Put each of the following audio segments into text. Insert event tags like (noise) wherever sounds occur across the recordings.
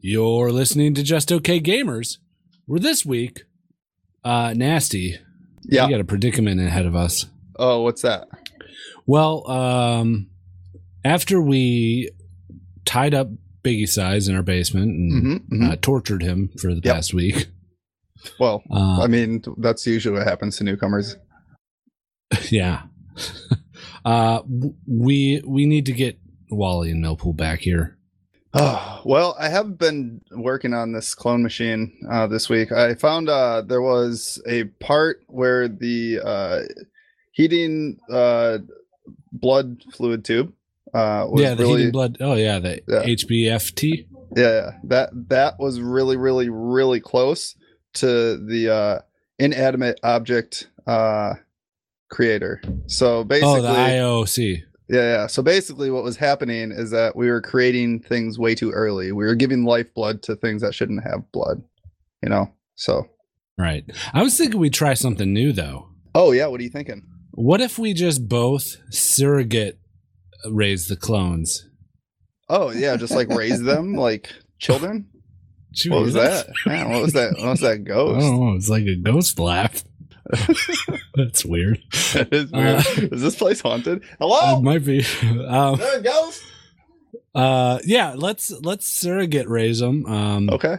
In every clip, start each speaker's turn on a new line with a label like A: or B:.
A: You're listening to Just Okay Gamers. We're this week, uh, nasty.
B: Yeah.
A: We got a predicament ahead of us.
B: Oh, what's that?
A: Well, um, after we tied up Biggie Size in our basement and
B: Mm-hmm,
A: uh, tortured him for the
B: Yep.
A: past week,
B: Well,
A: uh,
B: I mean, that's usually what happens to newcomers.
A: yeah, (laughs) uh, w- we we need to get Wally and Millpool back here.
B: Oh, well, I have been working on this clone machine uh, this week. I found uh, there was a part where the uh, heating uh, blood fluid tube uh, was
A: yeah, the
B: really
A: heating blood. Oh yeah, the
B: Yeah.
A: HBFT.
B: yeah that that was really really really close to the uh, inanimate object uh, creator. So basically,
A: Oh, the IOC.
B: Yeah, yeah. So basically, what was happening is that we were creating things way too early. We were giving lifeblood to things that shouldn't have blood, you know? So,
A: Right. I was thinking we'd try something new though.
B: oh, yeah. What are you thinking?
A: What if we just both surrogate raise the clones?
B: Oh, yeah. Just like raise
A: (laughs)
B: them like children.
A: Did you
B: What
A: hear
B: was that? Yeah, what was that? What was
A: (laughs)
B: that
A: I
B: ghost? (laughs)
A: don't know. It's like a ghost laugh. That's
B: (laughs)
A: weird.
B: That is weird.
A: Uh,
B: is this place haunted?
A: It
B: Hello?
A: might be. (laughs) Um,
B: there it
A: (laughs)
B: goes.
A: uh, yeah, let's let's surrogate raise them. Um,
B: Okay.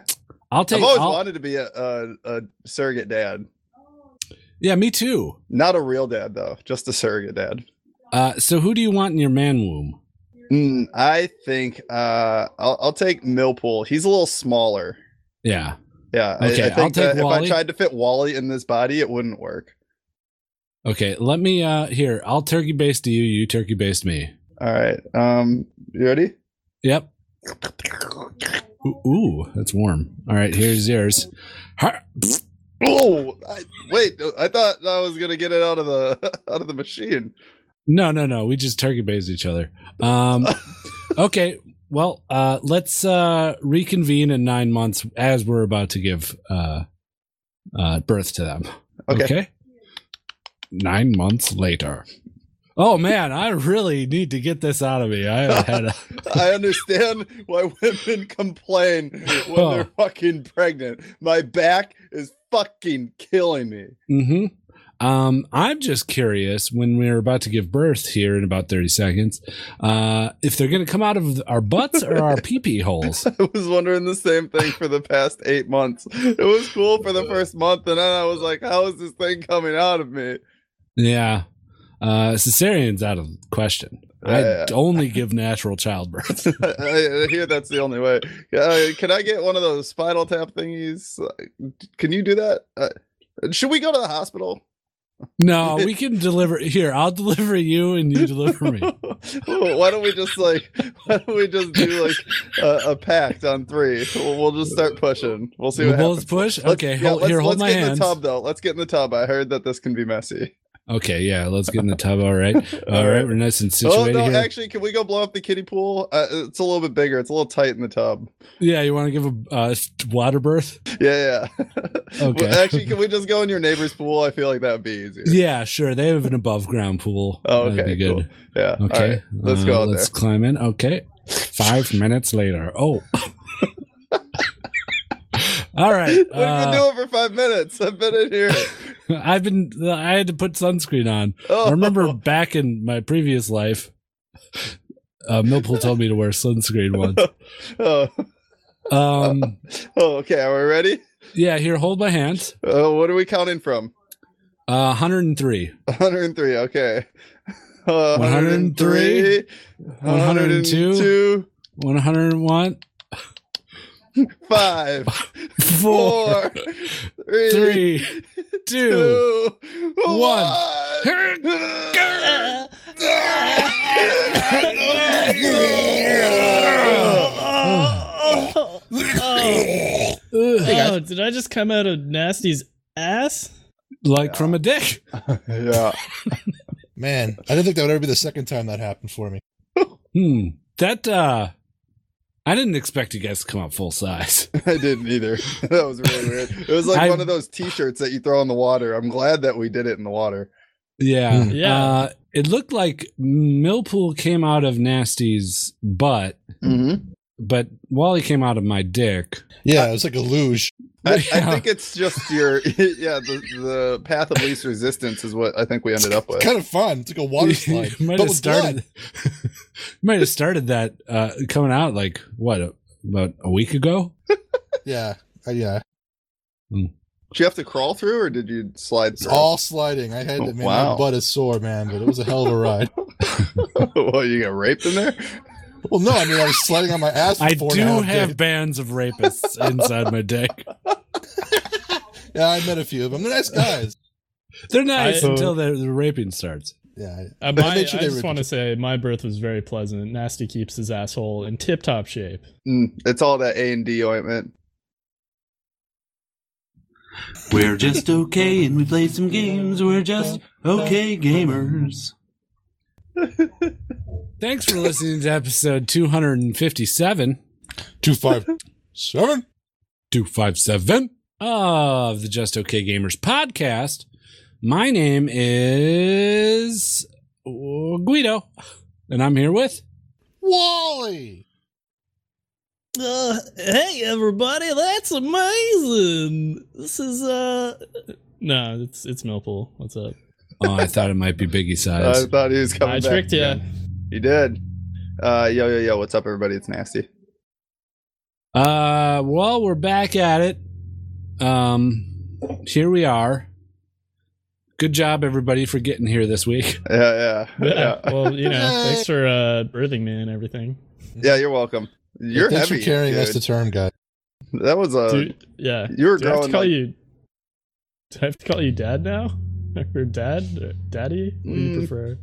A: I'll take.
B: Oh, I've always
A: I'll-
B: wanted to be a, a, a surrogate dad.
A: yeah, me too.
B: Not a real dad, though, just a surrogate dad.
A: Uh, so who do you want in your man womb?
B: Mm, I think uh, I'll, I'll take Millpool. He's a little smaller.
A: Yeah.
B: Yeah, I-
A: Okay,
B: I,
A: I'll
B: think
A: take
B: that if I
A: Wally.
B: tried to fit Wally in this body, it wouldn't work.
A: Okay. Let me. Uh, here, I'll turkey baste you. You turkey baste me.
B: All right, um, you ready?
A: Yep. Ooh, ooh, that's warm. All right, here's yours. Har-
B: Oh, I, wait! I thought I was gonna get it out of the (laughs) out of the machine.
A: No, no, no. We just turkey based each other. Um, okay. Well, uh, let's uh, reconvene in nine months as we're about to give uh, uh, birth to them.
B: Okay.
A: Nine months later. Oh man, I really need to get this out of me. I had a,
B: I understand (laughs) why women complain when
A: Oh.
B: they're fucking pregnant. My back is fucking killing me. (laughs)
A: hmm Um, I'm just curious when we're about to give birth here in about 30 seconds, uh, if they're going to come out of our butts or our pee pee holes.
B: I was wondering the same thing for the past eight months. It was cool for the
A: (laughs)
B: first month, and then I was like, "How is this thing coming out of me?"
A: Yeah. Uh, cesarean's out of question. I
B: Yeah. (laughs)
A: only give natural childbirth. (laughs)
B: I, I hear that's the only way. Uh, can I get one of those spinal tap thingies? Uh, Can you do that? Uh, should we go to the hospital? (laughs)
A: No, we can deliver here. I'll deliver you and you deliver
B: (laughs)
A: me.
B: why don't we just like? (laughs) Why don't we just do like a, a pact on three? We'll, we'll just start pushing. We'll see
A: We'll
B: what
A: both
B: happens.
A: push.
B: Let's-
A: okay,
B: yeah,
A: hold,
B: let's,
A: here, hold
B: let's
A: my
B: get in
A: hands.
B: the tub though. Let's get in the tub. I heard that this can be messy.
A: Okay, yeah, let's get in the
B: (laughs)
A: tub. All right, all right, we're nice and
B: Oh
A: situated
B: no!
A: here.
B: Actually, can we go blow up the kiddie pool? Uh, it's a little bit bigger. It's a little tight in the tub.
A: yeah, you want to give a uh, water birth?
B: Yeah, yeah. (laughs) Well,
A: Okay.
B: actually, can we just go in your neighbor's pool? I feel like that would be easier.
A: Yeah, sure. They have an above ground pool.
B: Oh,
A: That'd
B: okay,
A: be good.
B: cool. Yeah. all
A: Okay,
B: right. Let's go
A: uh,
B: out
A: Let's climb in. Okay, five minutes later. Oh, (laughs) all
B: there.
A: right.
B: We've been
A: uh,
B: doing it for five minutes. I've been
A: (laughs)
B: in here.
A: I've been. I had to put sunscreen on.
B: Oh,
A: I
B: (laughs)
A: remember back in my previous life, uh, Millpool told me to wear sunscreen once.
B: Oh,
A: Um,
B: oh, okay. Are we ready?
A: yeah, here, hold my hand.
B: Uh, what are we counting from?
A: Uh, 103,
B: 103. Okay. (laughs) Uh,
A: 103, 102,
B: 102,
A: 101,
B: 5,
A: (laughs) four,
B: 4, three,
A: three, two,
B: (laughs) two,
A: one.
B: one.
C: oh,
A: Ugh.
C: did I just come out of Nasty's ass?
A: like from a dick.
B: (laughs) yeah.
D: Man, I didn't think that would ever be the second time that happened for me.
A: Hmm. That, uh, I didn't expect you guys to come out full size. (laughs)
B: (laughs) I didn't either. That was really weird. It was like
A: I-
B: one of those T-shirts that you throw in the water. I'm glad that we did it in the water.
A: Yeah.
D: Hmm.
C: Yeah.
A: Uh, it looked like Millpool came out of Nasty's butt
B: Mm-hmm.
A: but Wally came out of my dick.
D: Yeah, it was like a luge.
C: (laughs)
B: I,
A: Yeah.
B: I think it's just your (laughs) yeah the, the path of least resistance is what I think we ended up with.
D: kind of fun. It's like
A: (laughs)
D: a water slide.
A: might
D: but
A: have
D: with
A: started.
D: blood.
A: (laughs) might have started that uh, coming out like what about a week ago?
D: Yeah. Uh, yeah.
B: Did you have to crawl through or did you slide
D: It's
B: through?
D: all sliding. I had to, man,
B: Oh, Wow.
D: my butt is sore, man, but it was a hell of a ride.
B: (laughs) well, you got raped in there.
D: well, no, I mean, I was sliding on my ass for
A: I
D: four
A: do
D: and a half
A: have
D: days.
A: bands of rapists inside my dick.
D: (laughs) Yeah, I met a few of them. They're nice guys.
A: They're nice
C: I-
A: until the, the raping starts.
D: Yeah. I-
C: Uh, my, I,
D: made sure they
C: just
D: were-
C: want to say my birth was very pleasant. Nasty keeps his asshole in tip top shape.
B: Mm, it's all that A and D ointment.
E: We're just okay and we play some games. We're just okay gamers.
A: Thanks for listening to episode 257.
D: Two, five, seven.
A: 257 of the Just Okay Gamers podcast. My name is Guido, and I'm here with.
D: Wally.
C: Uh, hey everybody, that's amazing. This is uh No, it's it's Millpool. What's up?
A: Oh, I thought it might be Biggie
B: (laughs) I
A: size.
B: thought he was coming.
C: I
B: back
C: tricked you.
B: again. You did. Uh, yo, yo, yo! What's up, everybody? It's nasty.
A: Uh, well, we're back at it. Um, here we are. Good job, everybody, for getting here this week.
B: Yeah,
C: (laughs)
B: yeah,
C: Yeah.
B: yeah.
C: (laughs) Well, you know,
B: (laughs)
D: Yay.
C: thanks for uh birthing me and everything.
B: Yeah, you're welcome. You're
D: Thanks
B: heavy.
D: for carrying us to
B: dude.
D: term, guy.
B: that was a.
C: Dude, yeah.
B: you were
C: Do I have
B: Uh, growing.
C: to call
B: like-
C: you Do I have to call you dad now? (laughs) Or dad? Or daddy? What do you
B: Mm.
C: prefer?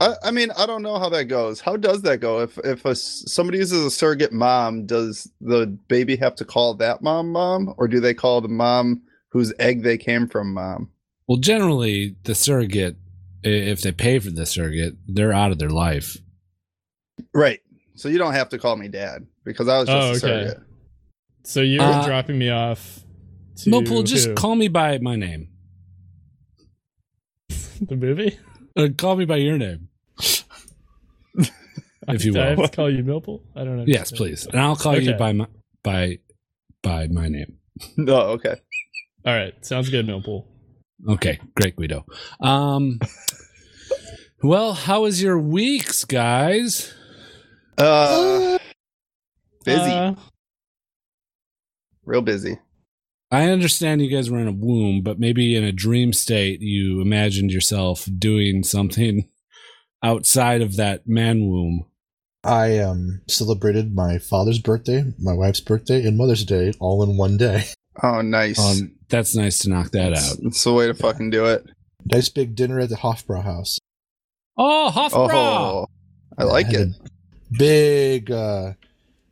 B: I, I mean, I don't know how that goes. How does that go? If if a s somebody uses a surrogate mom, does the baby have to call that mom mom, or do they call the mom whose egg they came from mom?
A: Well, generally, the surrogate, i- if they pay for the surrogate, they're out of their life.
B: Right. So you don't have to call me dad because I was just
C: Oh,
B: a
C: okay.
B: surrogate.
C: So you were
A: Uh,
C: dropping me off to
A: Millpool, just
C: who?
A: call me by my name.
C: the movie?
A: Uh, call me by your name. (laughs) If you
C: Do I have
A: will.
C: to call you Millpool? I don't know.
A: Yes, please. And I'll call you
C: Okay.
A: by my by by my name.
B: No, okay.
C: All right. Sounds good, Millpool.
A: Okay, great Guido. Um (laughs) Well, how was your weeks, guys?
B: Uh, busy,
C: Uh,
B: real busy.
A: I understand you guys were in a womb, but maybe in a dream state you imagined yourself doing something (laughs) outside of that man womb.
D: I um celebrated my father's birthday, my wife's birthday, and Mother's Day all in one day. (laughs)
B: Oh, nice.
A: Um, that's nice to knock that out.
B: It's the way to fucking do it.
D: Nice big dinner at the Hofbrauhaus.
A: Oh, Hofbra!
B: Oh, I like
D: had
B: it.
D: a Big uh,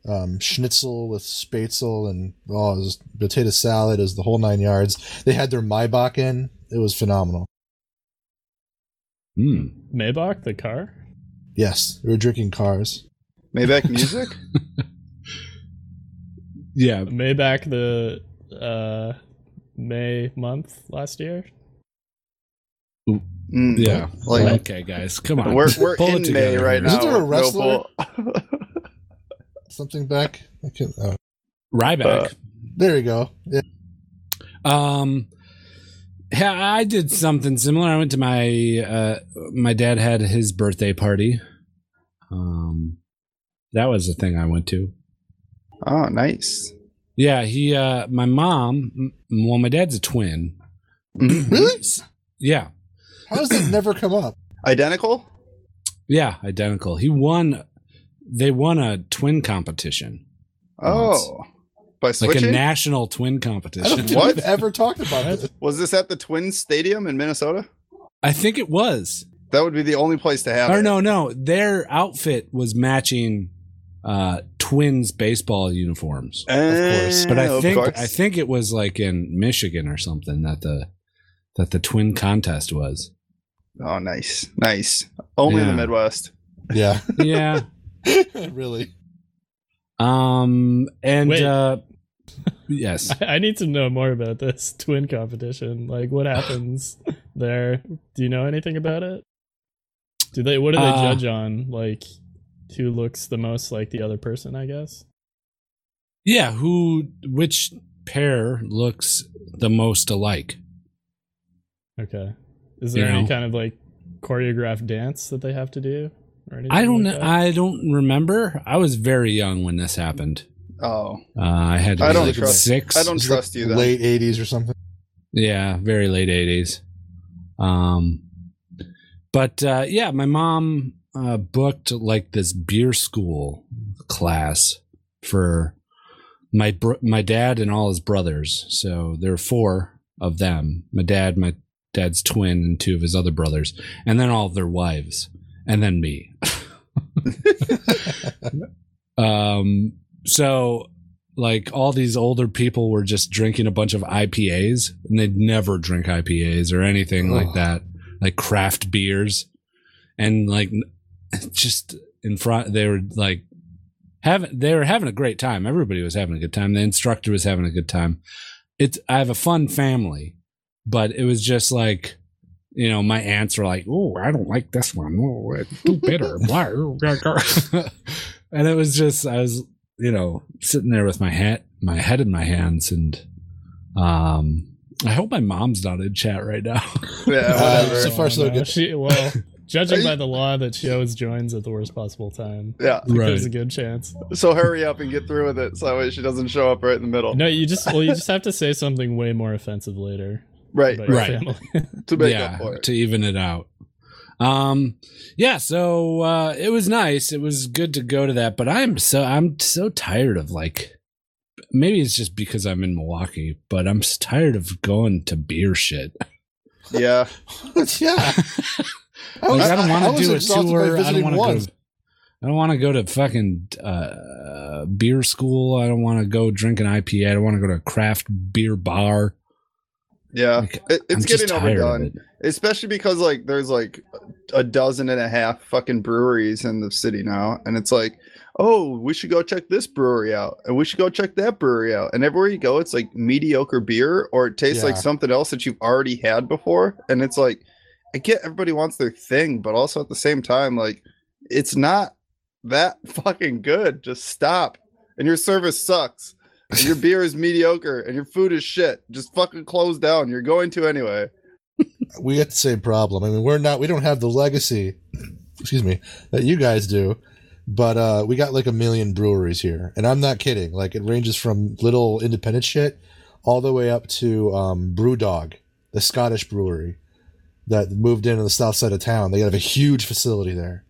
D: um, schnitzel with spätzle and oh, it was potato salad is the whole nine yards. They had their Maybach in. It was phenomenal.
A: Hmm.
C: Maybach, the car?
D: Yes, we were drinking cars.
A: (laughs)
B: Maybach music.
A: Yeah,
C: Maybach, the uh, May month last year? (laughs)
B: Mm,
A: yeah.
B: Like
A: okay, guys, come on.
B: we're we're
A: Pull it
B: in May
A: together.
B: right now.
D: Isn't there a wrestler?
B: Noble.
D: Something back. I can't, oh,
B: Uh,
A: Ryback.
D: there you go. Yeah.
A: Um, yeah, I did something similar. I went to my uh, my dad had his birthday party. Um, that was the thing I went to.
B: Oh,
D: (clears throat)
B: nice.
A: Yeah, he. Uh, my mom. m- Well, my dad's a twin.
B: Mm.
D: Really?
A: Yeah,
D: How does that never come up?
B: Identical?
A: yeah, identical. He won. They won a twin competition,
B: Oh, by
A: like
B: switching.
A: a national twin
D: I don't
A: competition.
D: think
B: What?
D: we've ever talked about this.
B: was this at the Twins Stadium in Minnesota?
A: I think it was.
B: That would be the only place to have.
D: Oh,
A: Or
B: it.
A: no, no, their outfit was matching uh, twins baseball uniforms.
B: Eh,
D: course.
A: But I
B: of
A: think
B: course.
A: I think it was like in Michigan or something that the that the twin contest was.
B: Oh, nice, nice. Only in
A: Yeah.
B: the Midwest. (laughs)
D: Yeah,
A: Yeah.
D: really.
A: um and
C: Wait.
A: uh yes.
C: I, I need to know more about this (laughs) twin competition. Like,
A: (laughs)
C: what happens there? Do you know anything about it? Do they? What do they
A: Uh,
C: judge on? Like, who looks the most like the other person? I guess.
A: Yeah, who which pair looks the most alike?
C: Okay. Is there
A: You
C: any
A: know.
C: kind of like choreographed dance that they have to do? Or anything
A: I don't
C: like
A: know.
C: that?
A: I don't remember. I was very young when this happened.
B: Oh,
A: Uh, I had to
B: I
A: be
B: don't
A: like
B: trust-
A: six.
B: I don't
D: It's
B: trust you then.
D: Late '80s or something. (laughs)
A: Yeah, very late eighties. Um, but uh, yeah, my mom uh, booked like this beer school class for my br- my dad and all his brothers. So there are four of them: my dad, my dad's twin, and two of his other brothers, and then all of their wives, and then me. (laughs) um, so like all these older people were just drinking a bunch of IPAs and they'd never drink IPAs or anything like
D: Ugh.
A: that, like craft beers. And like n- just in front, they were like having, they were having a great time. Everybody was having a good time. The instructor was having a good time. It's, I have a fun family, but it was just like, you know, my aunts were like, "Oh, I don't like this one. Oh, it's too bitter." Blah, blah, blah. (laughs) and it was just, I was you know, sitting there with my hat, my head in my hands, and um, I hope my mom's not in chat right now.
B: yeah,
D: Uh,
B: whatever.
D: so far,
C: I don't
D: so
C: know.
D: good.
C: She, well,
D: (laughs)
C: judging by the law that she always joins at the worst possible time,
B: yeah.
C: I think
A: Right.
C: there's a good chance.
B: So hurry up and get through with it, so that way she doesn't show up right in the middle.
C: No, you just well, you just have to say something way more offensive later.
B: right,
C: about your
A: Right.
C: family. (laughs)
B: to make
A: yeah,
B: up for it.
A: to even it out. Um, yeah, so uh, it was nice. It was good to go to that, but I'm so I'm so tired of like. Maybe it's just because I'm in Milwaukee, but I'm s- tired of going to beer shit.
B: Yeah,
D: yeah.
A: Like,
D: was-
A: I don't want
D: was
A: to do a
D: exhausted by
A: tour. I don't
D: visiting
A: want
D: once.
A: to go. I don't want to go to fucking uh, beer school. I don't want to go drink an IPA. I don't want to go to a craft beer bar.
B: yeah.
A: Like,
B: It,
A: I'm
B: Uh, it's
A: just
B: getting
A: tired of
B: overdone,
A: it.
B: especially because like there's like a dozen and a half fucking breweries in the city now, and it's like, oh, we should go check this brewery out, and we should go check that brewery out, and everywhere you go, it's like mediocre beer or it tastes like
D: Yeah.
B: something else that you've already had before, and it's like, I get everybody wants their thing, but also at the same time, like, it's not that fucking good. Just stop, and your service sucks. and your beer is mediocre and your food is shit. Just fucking close down. You're going to anyway.
D: we got the same problem. I mean, we're not we don't have the legacy, (clears throat) excuse me, that you guys do, but uh, we got like a million breweries here, and I'm not kidding. Like it ranges from little independent shit all the way up to um, BrewDog, the Scottish brewery that moved in on the south side of town. They have a huge facility there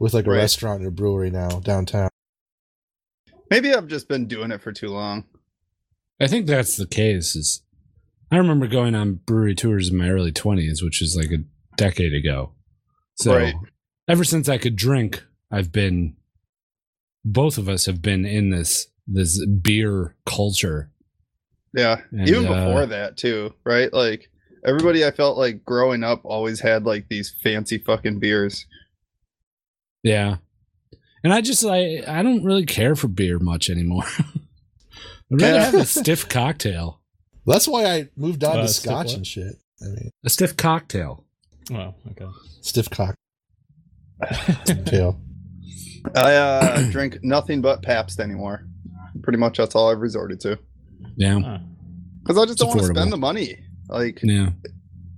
D: with like a
B: Right.
D: restaurant and a brewery now downtown.
B: Maybe I've just been doing it for too long.
A: I think that's the case. Is I remember going on brewery tours in my early twenties, which is like a decade ago. So
B: Right.
A: ever since I could drink, I've been. Both of us have been in this this beer culture.
B: Yeah.
A: And,
B: Even
A: uh,
B: before that, too, right? Like everybody I felt like growing up always had like these fancy fucking beers.
A: Yeah. And I just I I don't really care for beer much anymore. (laughs) I'd rather (laughs)
B: Yeah.
A: have a stiff cocktail.
D: That's why I moved on
C: Uh,
D: to
C: stiff
D: Scotch
C: what?
D: and shit. I mean,
A: A stiff cocktail.
C: Wow. Okay.
D: stiff
C: (laughs) I
D: cocktail.
A: (clears throat)
B: I uh, drink nothing but Pabst anymore. Pretty much that's all I've resorted to.
A: Yeah.
C: Ah,
B: Because I just don't want to
A: Affordable.
B: spend the money. Like,
A: Yeah.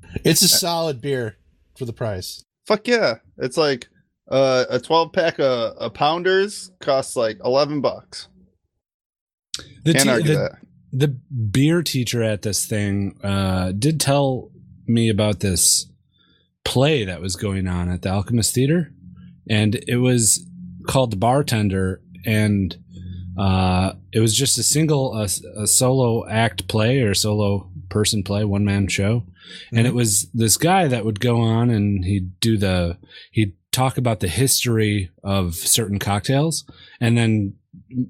C: Uh,
D: it's a solid beer for the price.
B: fuck yeah. It's like uh, a 12 pack of, of pounders costs like 11 bucks.
A: The,
B: Can't
A: te-
B: argue
A: the,
B: that.
A: the beer teacher at this thing uh, did tell me about this play that was going on at the Alchemist Theater, and it was called The Bartender, and uh, it was just a single, a, a solo act play or solo person play, one man show, and it was this guy that would go on and he'd do the he'd talk about the history of certain cocktails and then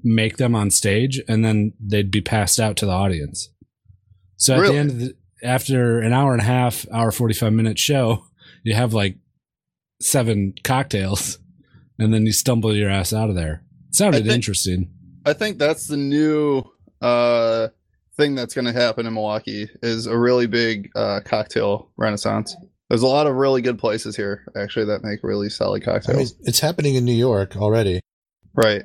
A: make them on stage and then they'd be passed out to the audience so at
B: Really?
A: the end of the, after an hour and a half hour 45 minute show you have like seven cocktails and then you stumble your ass out of there sounded
B: think-
A: interesting
B: I think that's the new uh thing that's going to happen in Milwaukee is a really big uh cocktail renaissance. There's a lot of really good places here actually that make really solid
D: I mean,
B: cocktails.
D: it's happening in New York already.
B: right.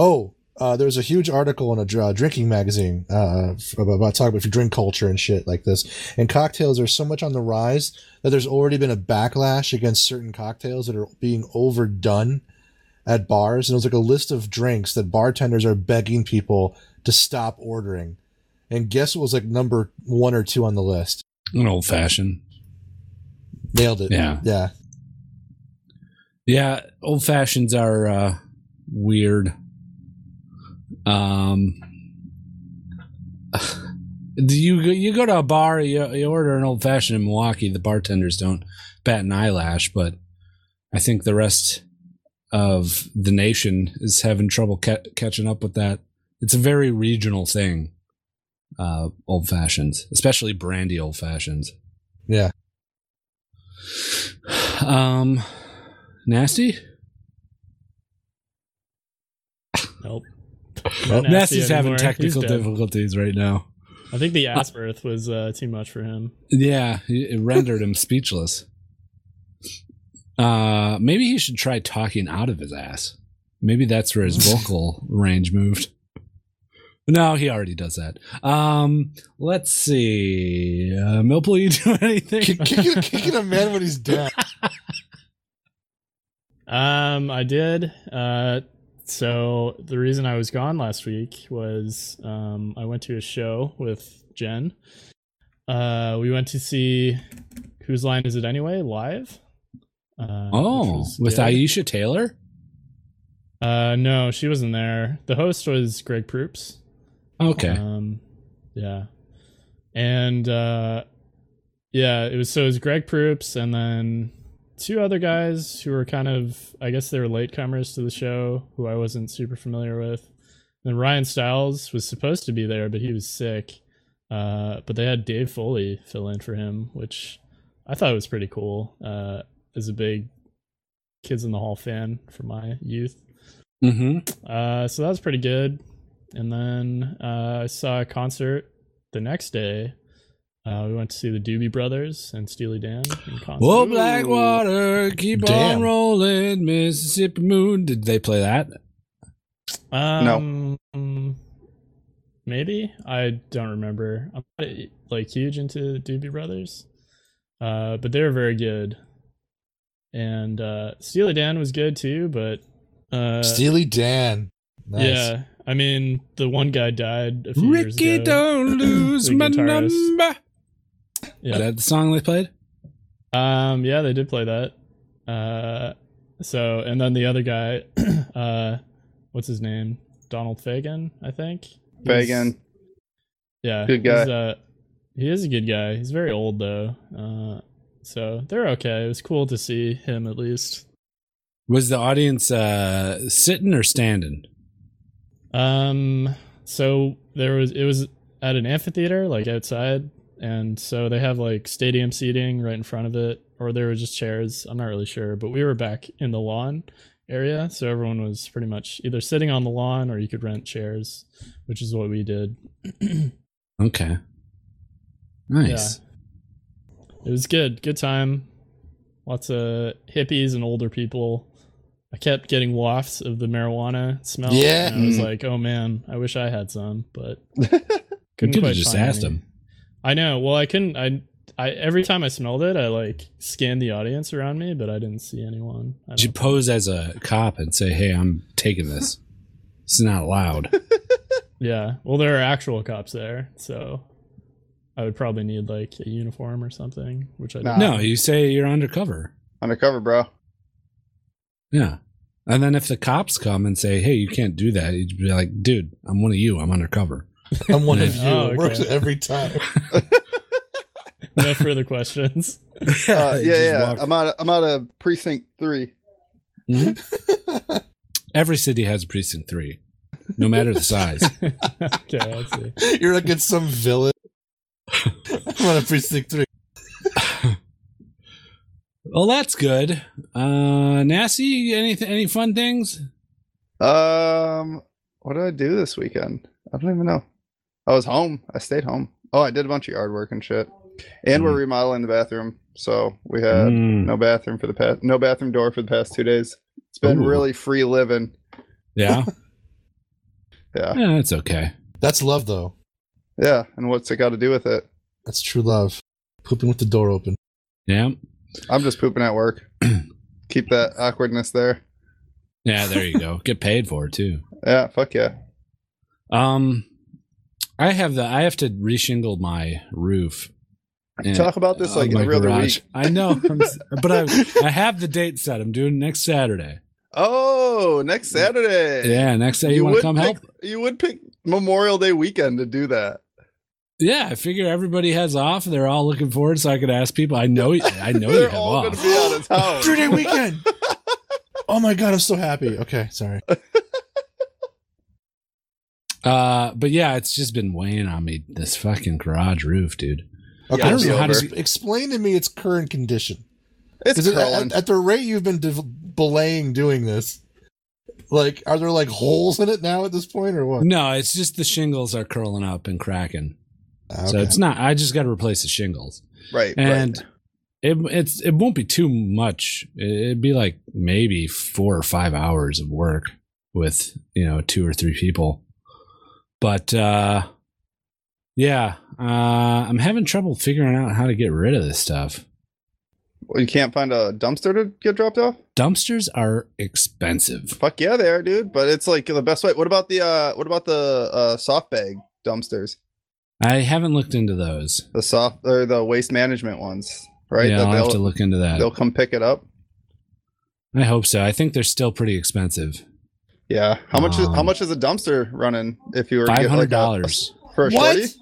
D: Oh, uh, there was a huge article in a dr- uh, drinking magazine uh, f- about, about talking about drink culture and shit like this. And cocktails are so much on the rise that there's already been a backlash against certain cocktails that are being overdone at bars. And it was like a list of drinks that bartenders are begging people to stop ordering. And guess what was like number one or two on the list?
A: An old fashioned.
D: Nailed it.
A: Yeah.
D: Yeah.
A: Yeah, old fashions are uh, weird. Um, (sighs) do you go, you go to a bar, you, you order an old fashioned in Milwaukee. The bartenders don't bat an eyelash, but I think the rest of the nation is having trouble ca- catching up with that. It's a very regional thing. Uh, old fashions, especially brandy old fashions.
D: Yeah.
A: Um, nasty.
C: Nope.
D: Nope.
C: Not nasty
A: Nasty's having
C: anymore.
A: technical
C: He's dead.
A: difficulties right now.
C: I think the
A: (laughs)
C: Asperth was uh, too much for him.
A: Yeah, it rendered him speechless. Uh, maybe he should try talking out of his ass. Maybe that's
C: (laughs)
A: where his vocal range moved. No, he already does that. Um, let's see. Uh, Millpool, you (laughs) do anything?
D: Kick- Kicking kicking a man when he's down.
C: Um, I did. Uh, so the reason I was gone last week was um, I went to a show with Jen. Uh, we went to see whose line is it anyway live. Uh, which
A: Oh,
C: was
A: with
C: good.
A: Aisha Taylor?
C: Uh, no, she wasn't there. The host was Greg Proops.
A: Okay.
C: Um, yeah. And uh, yeah, it was so it was Greg Proops and then two other guys who were kind of I guess they were latecomers to the show who I wasn't super familiar with. And then Ryan Stiles was supposed to be there, but he was sick. Uh, but they had Dave Foley fill in for him, which I thought was pretty cool. Uh, as a big Kids in the Hall fan from my youth. Oh.
A: Mm-hmm.
C: Uh, so that was pretty good. And then uh, I saw a concert the next day. Uh, we went to see the Doobie Brothers and Steely Dan in concert.
A: Whoa, Blackwater, keep
D: Damn.
A: on rolling, Mississippi Moon. Did they play that?
C: Um, no. Maybe I don't remember. I'm not like huge into the Doobie Brothers, uh, but they were very good. And uh, Steely Dan was good too, but (laughs) uh,
D: Steely Dan. Nice.
C: yeah, I mean the one guy died a few years
A: Ricky,
C: ago.
A: don't lose
C: (clears throat) The
A: my
C: guitarist.
A: number.
C: Yeah.
A: Is that the song they played?
C: Um, yeah, they did play that. Uh, so and then the other guy, (clears throat) uh, what's his name? Donald Fagan, I think. He's-
B: Fagan.
C: Yeah,
B: Good
C: He's, uh, he is a good guy. He's very old though. Uh, so they're okay. It was cool to see him at least.
A: Was the audience uh, sitting or standing?
C: Um, so there was it was at an amphitheater like outside, and so they have like stadium seating right in front of it, or there were just chairs. I'm not really sure, but we were back in the lawn area, so everyone was pretty much either sitting on the lawn or you could rent chairs, which is what we did. (clears throat)
A: Okay. Nice.
C: It was good, good time. Lots of hippies and older people. I kept getting wafts of the marijuana smell.
D: Yeah.
C: and I was
B: Mm.
C: like, oh man, I wish I had some,
A: (laughs)
C: but
A: You
C: couldn't
A: could have
C: quite
A: just
C: find
A: asked
C: any.
A: them.
C: I know. Well, I couldn't. I, I every time I smelled it, I like scanned the audience around me, but I didn't see anyone. I
A: Did you
C: don't-
A: pose as a cop and say, hey, I'm taking
C: (laughs)
A: this? it's not allowed.
C: yeah. Well, there are actual cops there, so I would probably need like a uniform or something, which I don't.
B: Nah.
A: no, you say you're undercover.
B: Undercover,
A: (laughs)
B: bro. Uh,
A: Yeah. And then if the cops come and say, hey, you can't do that, you'd be like, dude, I'm one of you. I'm undercover.
D: I'm one of you.
C: Oh,
D: It works
C: okay.
D: every time. (laughs)
A: (laughs)
C: No further questions.
B: (laughs)
C: (laughs)
B: Uh, yeah,
A: You just
B: yeah.
A: walk-
B: I'm out. Of, I'm out of precinct three.
A: Mhm. Every city has precinct three, no matter the size.
C: okay, I see.
D: You're like in some (laughs) village. I'm on a precinct three.
A: Well, that's good. Uh, Nasty, any any fun things?
B: Um, what did I do this weekend? I don't even know. I was home. I stayed home. Oh, I did a bunch of yard work and shit. And we're
A: Mm.
B: remodeling the bathroom, so we had
A: Mm-hmm.
B: no bathroom for the past no bathroom door for the past two days. It's been
A: Ooh.
B: really free living.
A: Yeah.
B: (laughs) Yeah.
A: Yeah, it's okay.
D: That's love, though.
B: Yeah. And what's it got to do with it?
D: That's true love. Pooping with the door open.
A: Yeah.
B: I'm just pooping
A: (clears throat)
B: at work. Keep that awkwardness there.
A: Yeah, there you
B: (laughs)
A: go. Get paid for it too.
B: Yeah. Fuck yeah.
A: Um I have the I have to reshingle my roof. And-
B: Talk about this
A: uh,
B: like
A: my
B: every other
A: garage.
B: week.
A: I know, I'm s- but I I have the date set. I'm doing it next Saturday.
B: Oh, next Saturday.
A: Yeah, next Saturday. You, want to
B: would
A: come
B: pick,
A: help?
B: You would pick Memorial Day weekend to do that.
A: Yeah, I figure everybody has off. They're all looking forward, so I could ask people. I know, I know you
B: (laughs) They're
A: have
B: all going
A: off.
B: to be out
A: (gasps)
B: of town.
D: Three day (laughs) weekend. oh my god, I'm so happy. Okay, sorry.
A: Uh, but yeah, it's just been weighing on me. This fucking garage roof, dude.
D: Okay,
B: Yeah,
D: I don't
A: it'll
D: know
A: be
D: how to
A: over.
D: sp- explain to me its current condition.
B: It's
D: Is it,
B: curling.
D: at, at the rate you've been de- belaying doing this, like, are there like holes in it now at this point or what?
A: No, it's just the shingles are curling up and cracking. So
D: Okay.
A: it's not. I just got to replace the shingles,
B: right.
A: and
B: right.
A: it it's it won't be too much. It- It'd be like maybe four or five hours of work with you know two or three people. But uh, yeah, uh, I'm having trouble figuring out how to get rid of this stuff.
B: Well, you can't find a dumpster to get dropped off?
A: dumpsters are expensive.
B: Fuck yeah, they are, dude. But it's like the best way. What about the uh what about the uh soft bag dumpsters?
A: I haven't looked into those.
B: The soft or the waste management ones, right?
A: Yeah,
B: that
A: I'll
B: they'll
A: have to look into
B: they'll
A: that.
B: come pick it up.
A: I hope so. I think they're still pretty expensive.
B: Yeah. How much is how
A: Um,
B: much is a dumpster running if you were to
A: Five
B: get, like,
A: hundred
B: a-
A: dollars
B: for a
D: What?
B: shorty?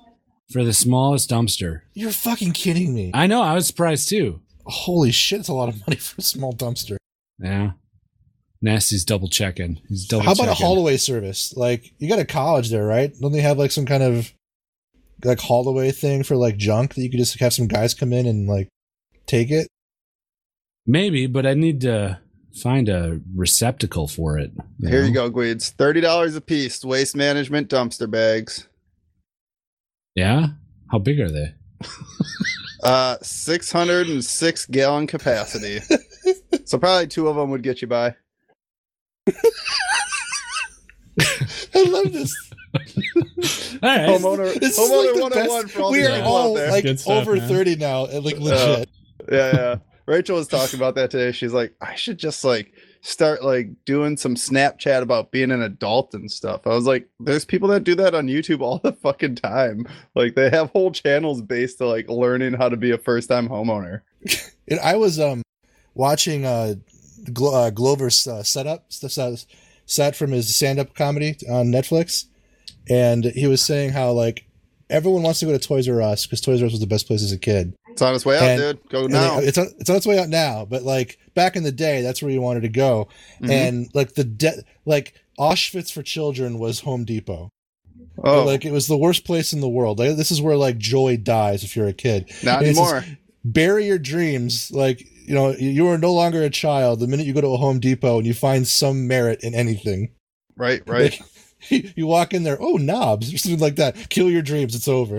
A: for the smallest dumpster.
D: You're fucking kidding me.
A: I know. I was surprised too.
D: Holy shit, it's a lot of money for a small dumpster.
A: Yeah. Nasty's double checking. He's double.
D: How about a
A: checking.
D: haulaway service? Like, you got a college there, right? Don't they have like some kind of like haulaway thing for like junk that you could just have some guys come in and like
B: (laughs)
D: take it?
A: Maybe, but I need to find a receptacle for it.
B: Here you go, Gweeds. Thirty dollars a piece, waste management dumpster bags.
A: Yeah. How big are they?
B: Uh six hundred and six gallon capacity. so probably two of them would get you by.
D: I love (laughs) this.
A: All right.
B: Homeowner
D: This is
B: homeowner
D: like the
B: one on one
D: best.
B: for all
D: we
B: these
D: are
B: people
D: all
B: out there.
D: like
C: Good stuff,
D: over
C: man.
D: 30 now, and like legit.
B: yeah, yeah. Rachel was talking about that today. She's like, I should just like start like doing some Snapchat about being an adult and stuff. I was like, there's people that do that on YouTube all the fucking time. Like they have whole channels based to like learning how to be a first time homeowner.
D: And I was um watching uh, Glo- uh Glover's uh, setup s- s- set from his stand up comedy on Netflix, and he was saying how like everyone wants to go to Toys R Us because Toys R Us was the best place as a kid.
B: It's on its way out,
D: And-
B: dude. Go
D: And
B: now.
D: they- it's on, it's on its way out now, but like back in the day, that's where you wanted to go.
B: Mhm.
D: And like the de- like Auschwitz for children was Home Depot.
B: oh,
D: Like it was the worst place in the world. Like, this is where like joy dies if you're a kid.
B: not
D: and it's just-
B: anymore.
D: bury your dreams. Like, you know, you are no longer a child the minute you go to a Home Depot and you find some merit in anything.
B: Right, right.
D: Like, (laughs) you walk in there, oh, knobs, or something like that. Kill your dreams. It's over.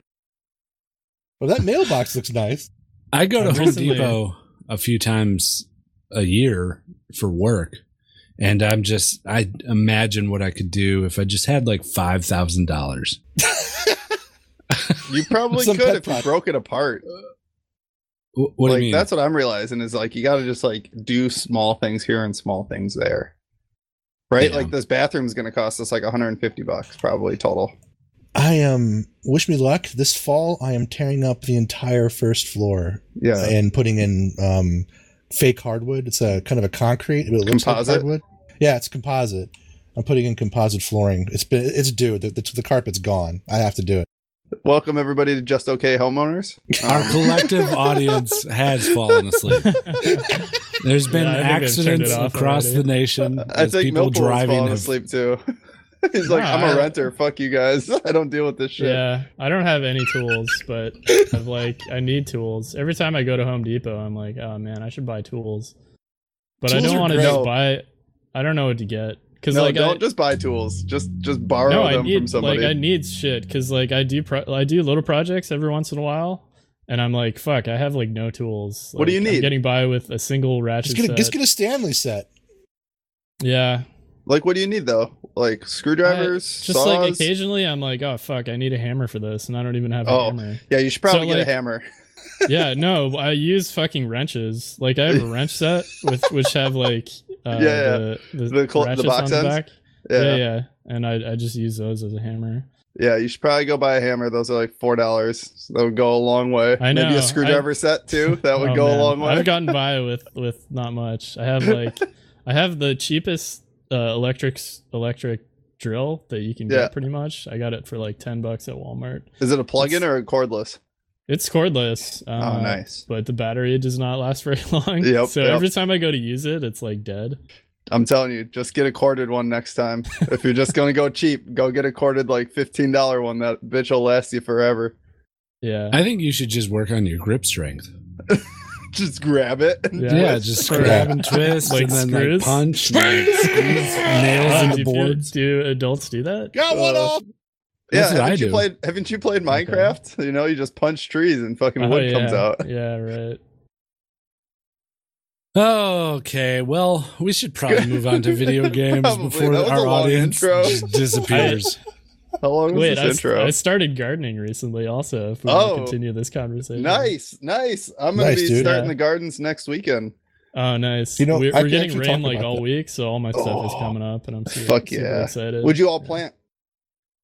D: Well, that mailbox looks nice.
A: I go to
C: And
A: Home
C: recently-
A: Depot a few times a year for work, and I'm just I imagine what I could do if I just had like five thousand dollars.
B: You probably
D: Some
B: could
D: pet
B: if you
D: project.
B: broke it apart.
A: What do
B: like
A: you mean?
B: that's what I'm realizing is like you got to just like do small things here and small things there. Right?
A: Yeah.
B: Like this bathroom's going to cost us like 150 bucks probably total.
D: I am, wish me luck. This fall, I am tearing up the entire first floor
B: Yeah.
D: and putting in um, fake hardwood. It's a kind of a concrete, but it looks like
B: Composite?
D: hardwood. Yeah, it's composite. I'm putting in composite flooring. It's been it's due. The, the, the carpet's gone. I have to do it.
B: Welcome everybody to Just Okay Homeowners.
A: (laughs) Our
B: Um, (laughs)
A: collective audience has fallen asleep. There's been
C: Yeah, I think they've turned it
A: accidents
C: off
A: across
C: already.
A: the nation.
B: (laughs) I
A: as
B: think
A: people
B: Millpool was
A: driving
B: falling
A: have-
B: asleep too. (laughs) He's like,
C: Nah,
B: I'm a
C: I-
B: renter. Fuck you guys. (laughs) I don't deal with this shit.
C: Yeah, I don't have any tools, but I've like I need tools. Every time I go to Home Depot, I'm like, oh man, I should buy tools, but I
D: Tools
C: don't
D: are
C: want to
B: great.
C: just buy. I don't know what to get because
B: No,
C: like
B: don't
C: I,
B: just buy tools. Just just borrow
C: no, I
B: them from
C: need
B: somebody.
C: like I need shit because like I do pro- I do little projects every once in a while, and I'm like, fuck, I have like no tools.
B: What do
C: Like,
B: you
C: I'm
B: need?
C: getting by with a single ratchet
D: Just get a,
C: set.
D: just get a Stanley set.
C: yeah,
B: Like, what do you need though? Like screwdrivers,
C: Just
B: saws.
C: like occasionally, I'm like, oh fuck, I need a hammer for this, and I don't even have a
B: Oh.
C: hammer.
B: yeah, you should probably
C: So,
B: get
C: like-
B: a hammer. (laughs)
C: yeah, no, I use fucking wrenches. Like I have a wrench set with which
B: (laughs)
C: have like uh,
B: Yeah, yeah.
C: the the,
B: The col- the
C: ratchets
B: box
C: on the
B: ends?
C: back.
B: Yeah.
C: yeah,
B: yeah,
C: yeah. And I I just use those as a hammer.
B: you should probably go buy a hammer. Those are like four dollars. that would go a long way.
C: I know,
B: Maybe
C: I-
B: a screwdriver set
C: (laughs)
B: too. That would
C: Oh,
B: go
C: man.
B: a long way.
C: I've gotten by with with not much. I
B: (laughs)
C: have like I have the cheapest uh, electric electric drill that you can
B: Yeah.
C: get pretty much. I got it for like ten bucks at Walmart.
B: Is it a plug-in or a cordless?
C: It's cordless. Uh,
B: oh, nice.
C: But the battery does not last very (laughs) long.
B: Yep,
C: so
B: yep.
C: every time I go to use it, it's like dead.
B: I'm telling you, just get a corded one next time. if you're just gonna go cheap, go get a corded like fifteen dollar one. That bitch will last you forever. (laughs)
C: Yeah.
A: I think you should just work on your grip strength.
B: Just grab it. and
C: Yeah.
A: Yeah,
B: twist.
A: just
C: Or,
A: grab and twist,
C: like,
A: and then like
C: screws? (laughs)
A: punch, and, like, squeeze
C: Uh,
A: nails
C: do
A: into
C: people-
A: boards.
C: Do adults do that?
D: Got one
B: Uh,
D: off.
B: Yeah,
A: That's what
B: haven't
A: I
B: you
A: do.
B: played? Haven't you played Minecraft? You know, you just punch trees and fucking
C: Oh,
B: wood
C: yeah.
B: comes out. (laughs)
C: Yeah, right.
A: Okay, well, we should probably move on to video games
B: (laughs) Probably.
A: before
B: That was
A: our
B: a long
A: audience
B: intro.
A: just disappears.
B: How long was
C: Wait, I,
B: this
C: s-
B: intro?
C: I started gardening recently also if we
B: Oh.
C: want to continue this conversation.
B: nice, nice. I'm gonna
D: Nice,
B: be
D: dude.
B: starting
C: Yeah.
B: the gardens next weekend.
C: Oh, nice.
D: You know,
C: we're,
D: I
C: we're
D: can
C: getting
D: actually
C: rain
D: talk
C: like
D: about
C: all
D: that.
C: week, so all my stuff is
B: Oh,
C: coming up, and I'm super,
B: fuck
C: super
B: yeah.
C: excited.
B: Would you all plant?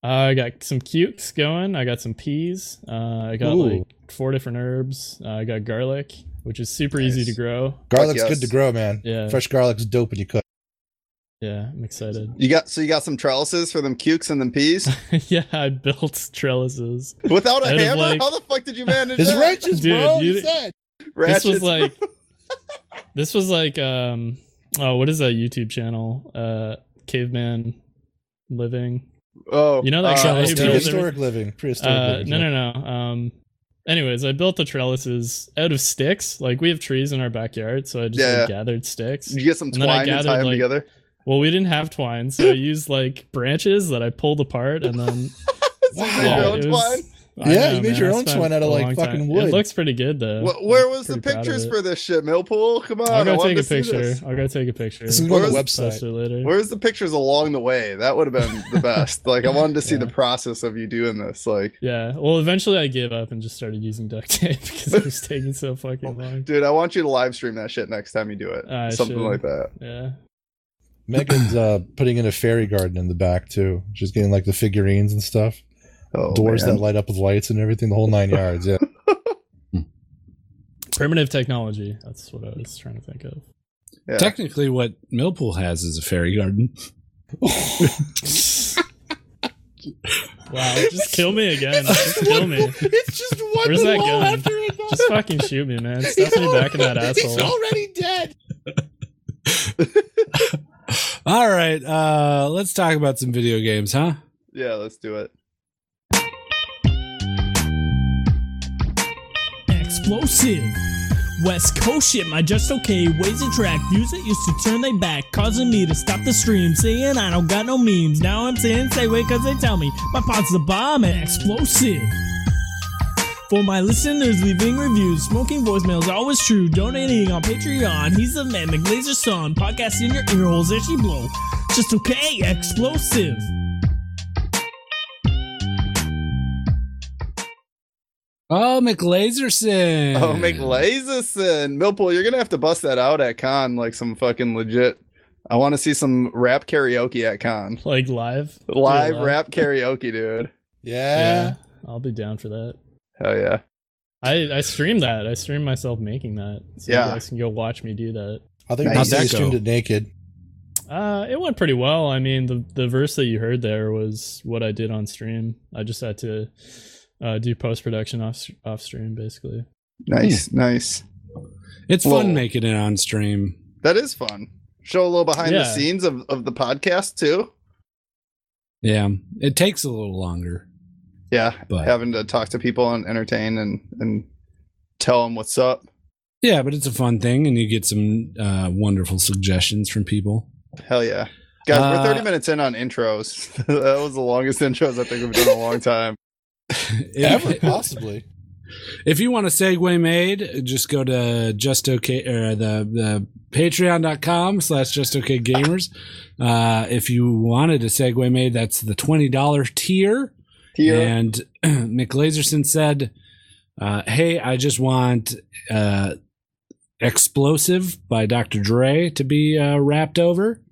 C: Uh, I got some cukes going. I got some peas. Uh, I got
D: Ooh.
C: like four different herbs. Uh, I got garlic, which is super easy
B: Nice.
C: to grow.
D: Garlic's
B: Fuck yes.
D: good to grow, man.
C: Yeah.
D: Fresh garlic's dope when you cook.
C: Yeah, I'm excited. (laughs)
B: You got so you got some trellises for them cukes and them peas
C: yeah, I built trellises. (laughs)
B: without a
C: Out of,
B: hammer.
C: like-
B: How the fuck
C: (laughs)
B: did you manage
D: His
B: that?
D: wrenches,
C: Dude,
D: bro.
C: you-
D: he said.
B: Ratchets.
C: This was like,
B: (laughs)
C: this was like, um, oh, what is that YouTube channel? Uh, Caveman Living.
B: oh,
C: you know that
B: uh,
C: trellis
A: Hey,
D: It's
A: Bill,
C: is every-
D: prehistoric living. Prehistoric
C: Uh,
D: living.
C: no, no, no. Um, anyways, I built the trellises out of sticks. Like we have trees in our backyard, so I just
B: Yeah.
C: like, gathered sticks.
B: Did you get some
C: (laughs) And then I
B: twine and,
C: gathered,
B: tie them
C: like-
B: together? (laughs)
C: Well, we didn't have twine, so I used like branches that I pulled apart and then.
B: So (laughs) you
D: Wow.
B: made your own
C: it was-
B: twine?
C: I
D: Yeah, you made your
C: I
D: own
C: spent
D: twine out of,
C: a
D: like,
C: long
D: fucking wood.
C: It looks pretty good though.
B: Wh- where was the
C: uh, Pretty proud of
B: pictures
C: it.
B: for this shit, Millpool? Come on,
C: I'll
B: Oh, I
C: go
B: wanted
C: take a
B: to see
C: picture.
B: this.
C: I'll go take a picture.
D: This is going
B: on the
D: website.
C: Post it later.
B: Where's the pictures along the way? That would have been
C: (laughs)
B: the best. like I wanted to see the
C: Yeah.
B: process of you doing this. Like,
C: Yeah. Well, eventually I gave up and just started using duct tape (laughs) because it was taking so
B: (laughs)
C: fucking long.
B: dude, I want you to live stream that shit next time you do it.
C: I
B: Something
C: should.
B: like that.
C: Yeah.
D: Megan's uh, putting in a fairy garden in the back too. She's getting like the figurines and stuff,
B: Oh,
D: doors
B: man.
D: that light up with lights and everything, the whole nine yards. Yeah,
C: Primitive technology. That's what I was trying to think of.
B: (laughs) Yeah.
A: Technically, what Millpool has is a fairy garden.
B: (laughs)
C: Wow, just kill me again. Just kill me. (laughs)
D: it's just one
C: Where's that wall gun? after
D: another.
C: Just fucking shoot me, man. Stuff me back
B: (laughs)
C: in (laughs) that asshole.
D: already dead.
A: (laughs) All right, uh, let's talk about some video games, huh?
B: yeah, let's do it.
F: Explosive. West Coast shit, my just okay ways of track. Views that used to turn they back, causing me to stop the stream. Saying I don't got no memes. Now I'm saying say wait, cause they tell me my pot's the bomb and explosive. For my listeners leaving reviews, smoking voicemails always true. Donating on Patreon, he's the man, the Glazer son. Podcast in your ear holes, there she blow. Just okay, explosive.
A: Oh, (laughs) McLazerson.
B: Oh, McLazison. Millpool, you're gonna have to bust that out at con, like some fucking legit. I want to see some rap karaoke at con.
C: Like live.
B: Live
C: Yeah,
B: rap karaoke, dude.
D: (laughs) Yeah.
C: Yeah. I'll be down for that.
A: (laughs)
B: Hell yeah.
C: I, I streamed that. I streamed myself making that. So
B: Yeah.
C: you guys can go watch me do that.
D: I think
B: How'd
D: nice. they
A: that
D: streamed
A: go?
D: it (laughs) naked.
C: Uh, it went pretty well. I mean, the the verse that you heard there was what I did on stream. I just had to uh, do post production off off stream, basically. (laughs)
B: Nice, nice.
A: It's fun
B: Whoa.
A: making it on stream.
B: That is fun. Show a little behind the
C: Yeah.
B: scenes of, of the podcast too.
A: Yeah, it takes a little longer.
B: Yeah,
A: But-
B: having to talk to people and entertain and and tell them what's up.
A: Yeah, but it's a fun thing, and you get some uh, wonderful suggestions from people.
B: Hell yeah, guys!
A: Uh,
B: we're thirty minutes in on intros. (laughs) that was the longest intros I think we've done in a long time.
A: (laughs) It-
C: (laughs)
D: Ever possibly?
A: If you want a segue made, just go to just okay or the, the patreon.com slash just okay gamers. Uh, if you wanted a segue made, that's the $20 tier.
B: Here,
A: And (clears throat) McLazerson said, uh, Hey, I just want uh, Explosive by Dr. Dre to be uh, wrapped over.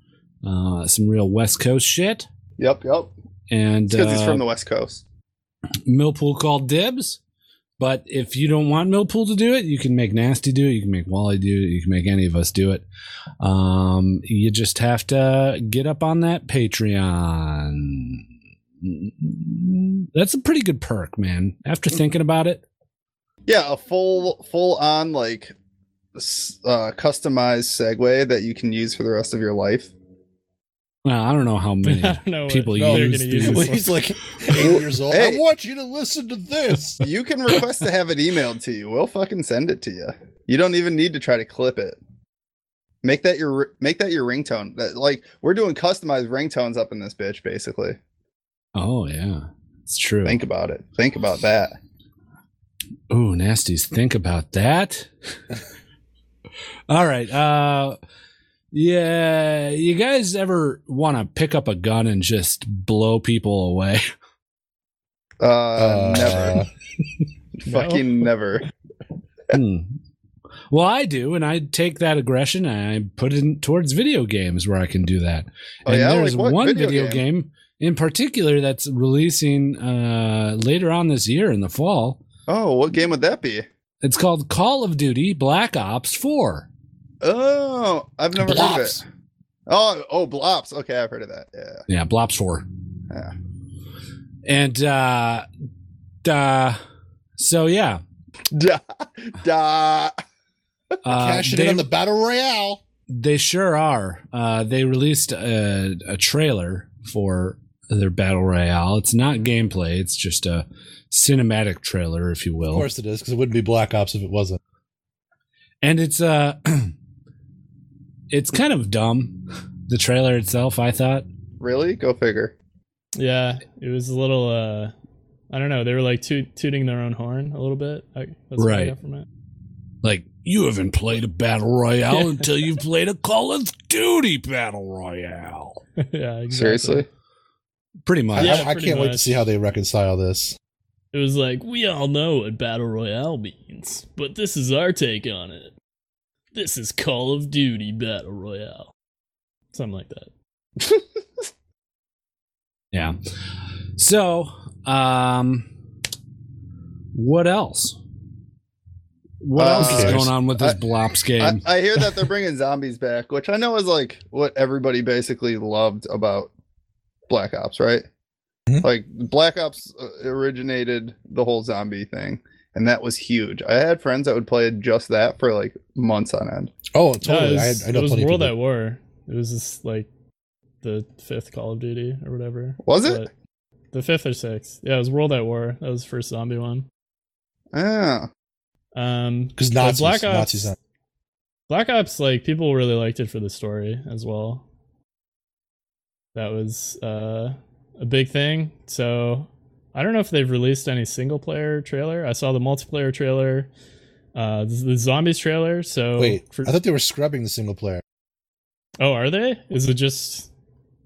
A: Uh, some real West Coast shit.
B: yep, yep.
A: And
B: Because he's
A: uh,
B: from the West Coast.
A: Millpool called dibs. But if you don't want Millpool to do it, you can make Nasty do it. You can make Wally do it. You can make any of us do it. Um, you just have to get up on that Patreon. That's a pretty good perk, man. After thinking about it,
B: Yeah, a full, full on like s- uh, customized segue that you can use for the rest of your life.
A: well, I don't know how
C: (laughs)
A: many.
C: I don't know what
A: people
C: they're
A: use
C: gonna
A: these.
C: use this
D: He's like eight years old.
B: Hey.
D: I want you to listen to this.
B: You can request to have it emailed to you. We'll fucking send it to you. You don't even need to try to clip it. Make that your make that your ringtone. That, like we're doing customized ringtones up in this bitch, basically.
A: Oh yeah, it's true.
B: Think about it. Think about that.
A: Ooh, nasties. Think about that. (laughs) All right. Uh yeah, you guys ever want to pick up a gun and just blow people away? (laughs)
B: Uh, never.
C: No.
B: Fucking never.
A: Hmm. Well, I do, and I take that aggression and I put it in, towards video games where I can do that.
B: Oh,
A: and
B: yeah?
A: there's
B: Like what
A: one
B: video
A: video, game? in particular that's releasing uh later on this year in the fall.
B: Oh, what game would that be?
A: It's called Call of Duty Black Ops 4.
B: Oh, I've never heard of
D: Blops.
B: it. Oh, oh, Blops. Okay, I've heard of that. Yeah.
A: Yeah, Blops 4.
B: Yeah.
A: And uh uh so yeah.
B: Da, da.
A: Uh,
D: Cashing
A: they,
D: in on the battle royale.
A: they sure are. Uh they released a, a trailer for their battle royale. It's not gameplay, it's just a cinematic trailer, if you will.
D: Of course it is, because it wouldn't be Black Ops if it wasn't.
A: and it's uh (clears throat) it's kind of dumb. The trailer itself, I thought.
B: Really? Go figure.
C: (laughs) Yeah, it was a little. uh I don't know. They were like toot- tooting their own horn a little bit. I, that's what I
A: Right.
C: got from it. (laughs)
A: Like, you haven't played a battle royale until you've played a Call of Duty battle royale.
C: yeah, exactly.
B: Seriously?
A: Pretty
D: I,
A: much.
C: Yeah,
D: I- I
C: pretty
D: can't wait to
C: much.
D: see how they reconcile this.
C: It was like, we all know what Battle Royale means, but this is our take on it. This is Call of Duty Battle Royale. Something like that.
A: Yeah. So, um, what else? What
B: Uh,
A: else is
D: okay.
A: going on with this
B: I-
A: Blops
B: I,
D: (laughs)
A: game?
B: I hear that they're bringing zombies back, which I know is like what everybody basically loved about Black Ops, right?
C: Hmm?
D: Mhm.
B: Like Black Ops uh, originated the whole zombie thing, and that was huge. I had friends that would play just that for like months on end.
D: Oh, totally.
C: it
D: I,
C: was,
D: I know
C: it was
D: plenty of
C: World
D: people.
C: at War. It was just like the fifth Call of Duty or whatever.
B: Was it?
C: But The fifth or sixth. Yeah, it was World at War. That was the first zombie one.
B: Yeah.
C: Um,
D: Because
C: but
D: Nazis,
C: Black Ops,
D: Nazis. not-
C: Black Ops, like people really liked it for the story as well. That was uh, a big thing. So I don't know if they've released any single player trailer. I saw the multiplayer trailer, uh, the, the zombies trailer. So
D: Wait,
C: for-
D: I thought they were scrubbing the single player,
C: oh, are they? Is it just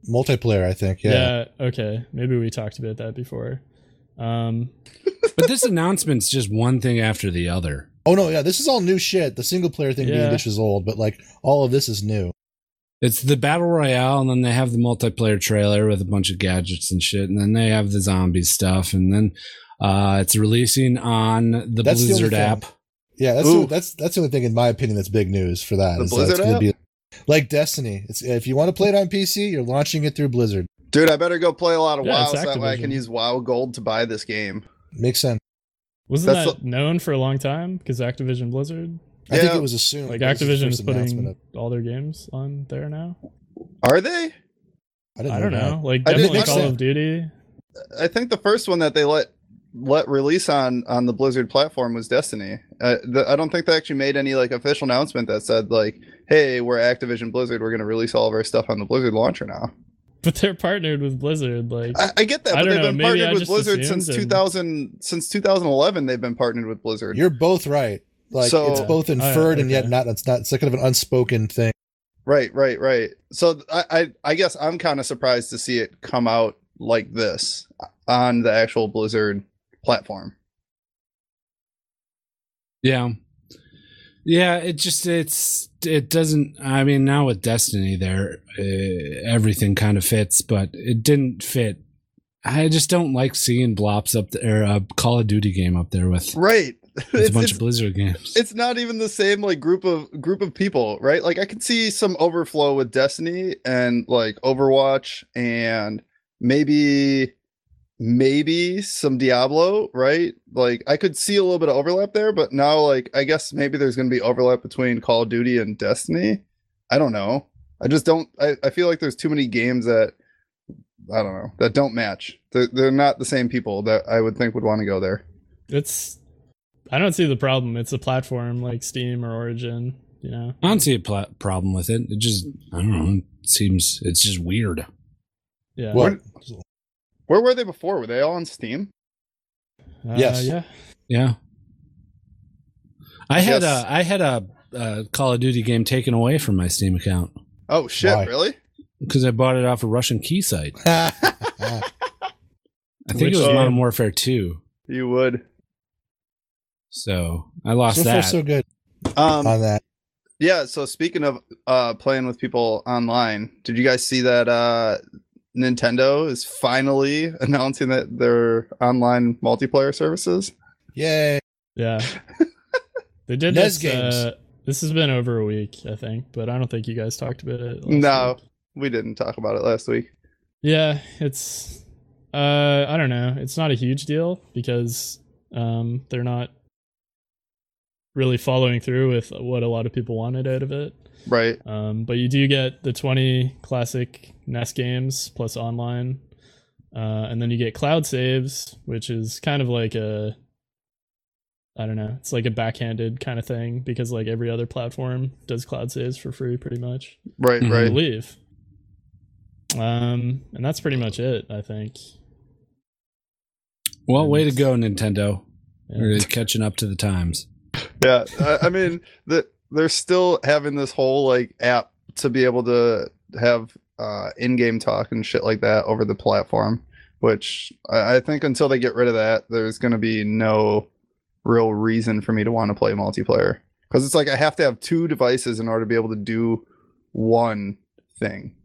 D: multiplayer. I think. Yeah.
C: yeah. Okay, maybe we talked about that before. Um,
A: but this announcement's just one thing after the other.
D: Oh no, yeah. This is all new shit. The single player thing being
C: Yeah.
D: this is old, but like all of this is new.
A: It's the battle royale, and then they have the multiplayer trailer with a bunch of gadgets and shit, and then they have the zombie stuff, and then uh, it's releasing on the
D: That's the only
A: Blizzard
D: thing.
A: app.
D: Yeah, that's
B: Ooh.
D: the, that's that's the only thing in my opinion that's big news for that.
B: The
D: is that it's
B: Blizzard
D: gonna
B: app?
D: be like Destiny. It's if you want to play it on PC, you're launching it through Blizzard.
B: Dude, I better go play a lot of
C: Yeah,
B: WoW
C: it's
B: so that way I can
C: Activision.
B: use WoW Gold to buy this game.
D: Makes sense.
C: wasn't
B: That's
C: that known for a long time? Because Activision Blizzard,
D: I think
B: Yeah.
D: it was assumed.
C: like
D: that was the
C: Activision
D: first
C: is
D: announcement
C: putting
D: of-
C: all their games on there now.
B: Are they?
D: I, didn't
C: I don't
D: that.
C: know. Like
B: I didn't
C: definitely
D: think
C: Call
D: so.
C: of Duty. (laughs)
B: I think the first one that they let let release on on the Blizzard platform was Destiny. Uh, the, I don't think they actually made any like official announcement that said like, "Hey, we're Activision Blizzard. We're going to release all of our stuff on the Blizzard launcher now."
C: but they're partnered with Blizzard. Like,
B: I, I get that, but
C: I don't
B: they've
C: know,
B: been
C: maybe I
B: partnered with
C: just
B: Blizzard
C: assumed
B: since
C: and-
B: 2000 since 2011. They've been partnered with Blizzard.
D: You're both right. Like
B: So-
D: it's both
C: Oh, yeah,
D: inferred and yet
C: okay.
D: not. It's not. It's like kind of an unspoken thing.
B: Right, right, right. So th- I, I, I guess I'm kind of surprised to see it come out like this on the actual Blizzard platform.
A: Yeah. Yeah, it just it's it doesn't I mean now with Destiny there uh, everything kind of fits, but it didn't fit. I just don't like seeing Blops up there a Call of Duty game up there
B: (laughs)
A: with,
B: Right.
A: with
B: It's-
A: a bunch
B: it's-
A: of Blizzard games.
B: it's not even the same like group of group of people right like i can see some overflow with destiny and like overwatch and maybe maybe some diablo right like i could see a little bit of overlap there but now like i guess maybe there's going to be overlap between call of duty and destiny i don't know i just don't i, I feel like there's too many games that i don't know that don't match they're, they're not the same people that i would think would want to go there
C: it's I don't see the problem. It's a platform like Steam or Origin. You know,
A: I don't see a pla problem with it. It just I don't know, it seems it's just weird.
C: yeah,
D: What? (laughs)
B: where were they before were they all on steam
C: Uh,
D: Yes.
C: yeah.
A: Yeah. I had
B: Yes.
A: a I had a, uh Call of Duty game taken away from my Steam account
B: oh shit
D: Why?
B: really
A: because I bought it off a Russian key site. I think
C: Which
A: it was
C: game?
A: Modern Warfare 2.
B: You would.
A: So I lost
D: so far,
A: that.
D: so good
B: Um,
D: on that.
B: yeah. So speaking of uh, playing with people online, did you guys see that uh, Nintendo is finally (laughs) announcing that their online multiplayer services?
D: Yay!
C: Yeah. they did
D: NES
C: this. Uh, this has been over a week, I think, but I don't think you guys talked about it. last
B: No.
C: week.
B: We didn't talk about it last week.
C: Yeah, it's. Uh, I don't know. It's not a huge deal because um, they're not really following through with what a lot of people wanted out of it.
B: Right.
C: Um, but you do get the 20 classic NES games plus online. Uh, and then you get cloud saves, which is kind of like a, I don't know, it's like a backhanded kind of thing because like every other platform does cloud saves for free pretty much.
B: Right.
A: Mhm.
C: I
B: Right.
C: believe. Um, and that's pretty much it, I think.
A: well, way to go, Nintendo.
C: Yeah.
A: Really catching up to the times.
B: Yeah. I, I mean, the, they're still having this whole like app to be able to have uh, in-game talk and shit like that over the platform. Which I, I think until they get rid of that, there's going to be no real reason for me to want to play multiplayer because it's like I have to have two devices in order to be able to do one thing.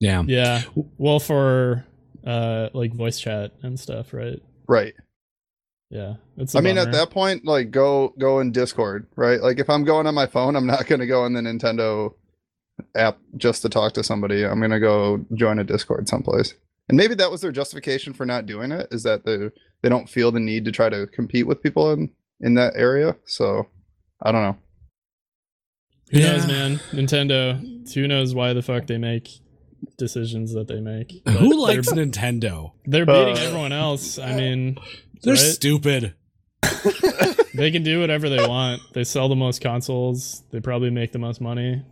A: Yeah.
C: Yeah. Well, for uh, like voice chat and stuff, right?
B: Right.
C: Yeah. It's. a
B: I mean, at
C: bummer.
B: that point, like go go in Discord, right? Like if I'm going on my phone, I'm not (laughs) going to go in the Nintendo app just to talk to somebody. I'm going to go join a Discord someplace. And maybe that was their justification for not doing it is that they they don't feel the need to try to compete with people in in that area. So I don't know.
C: Who
A: Yeah.
C: knows, man? Nintendo. Who knows why the fuck they make decisions that they make? But
A: Who likes Nintendo?
C: They're beating
B: Uh,
C: everyone else. I mean,
A: They're
C: Right?
A: stupid.
C: they can do whatever they want. They sell the most consoles. They probably make the most money.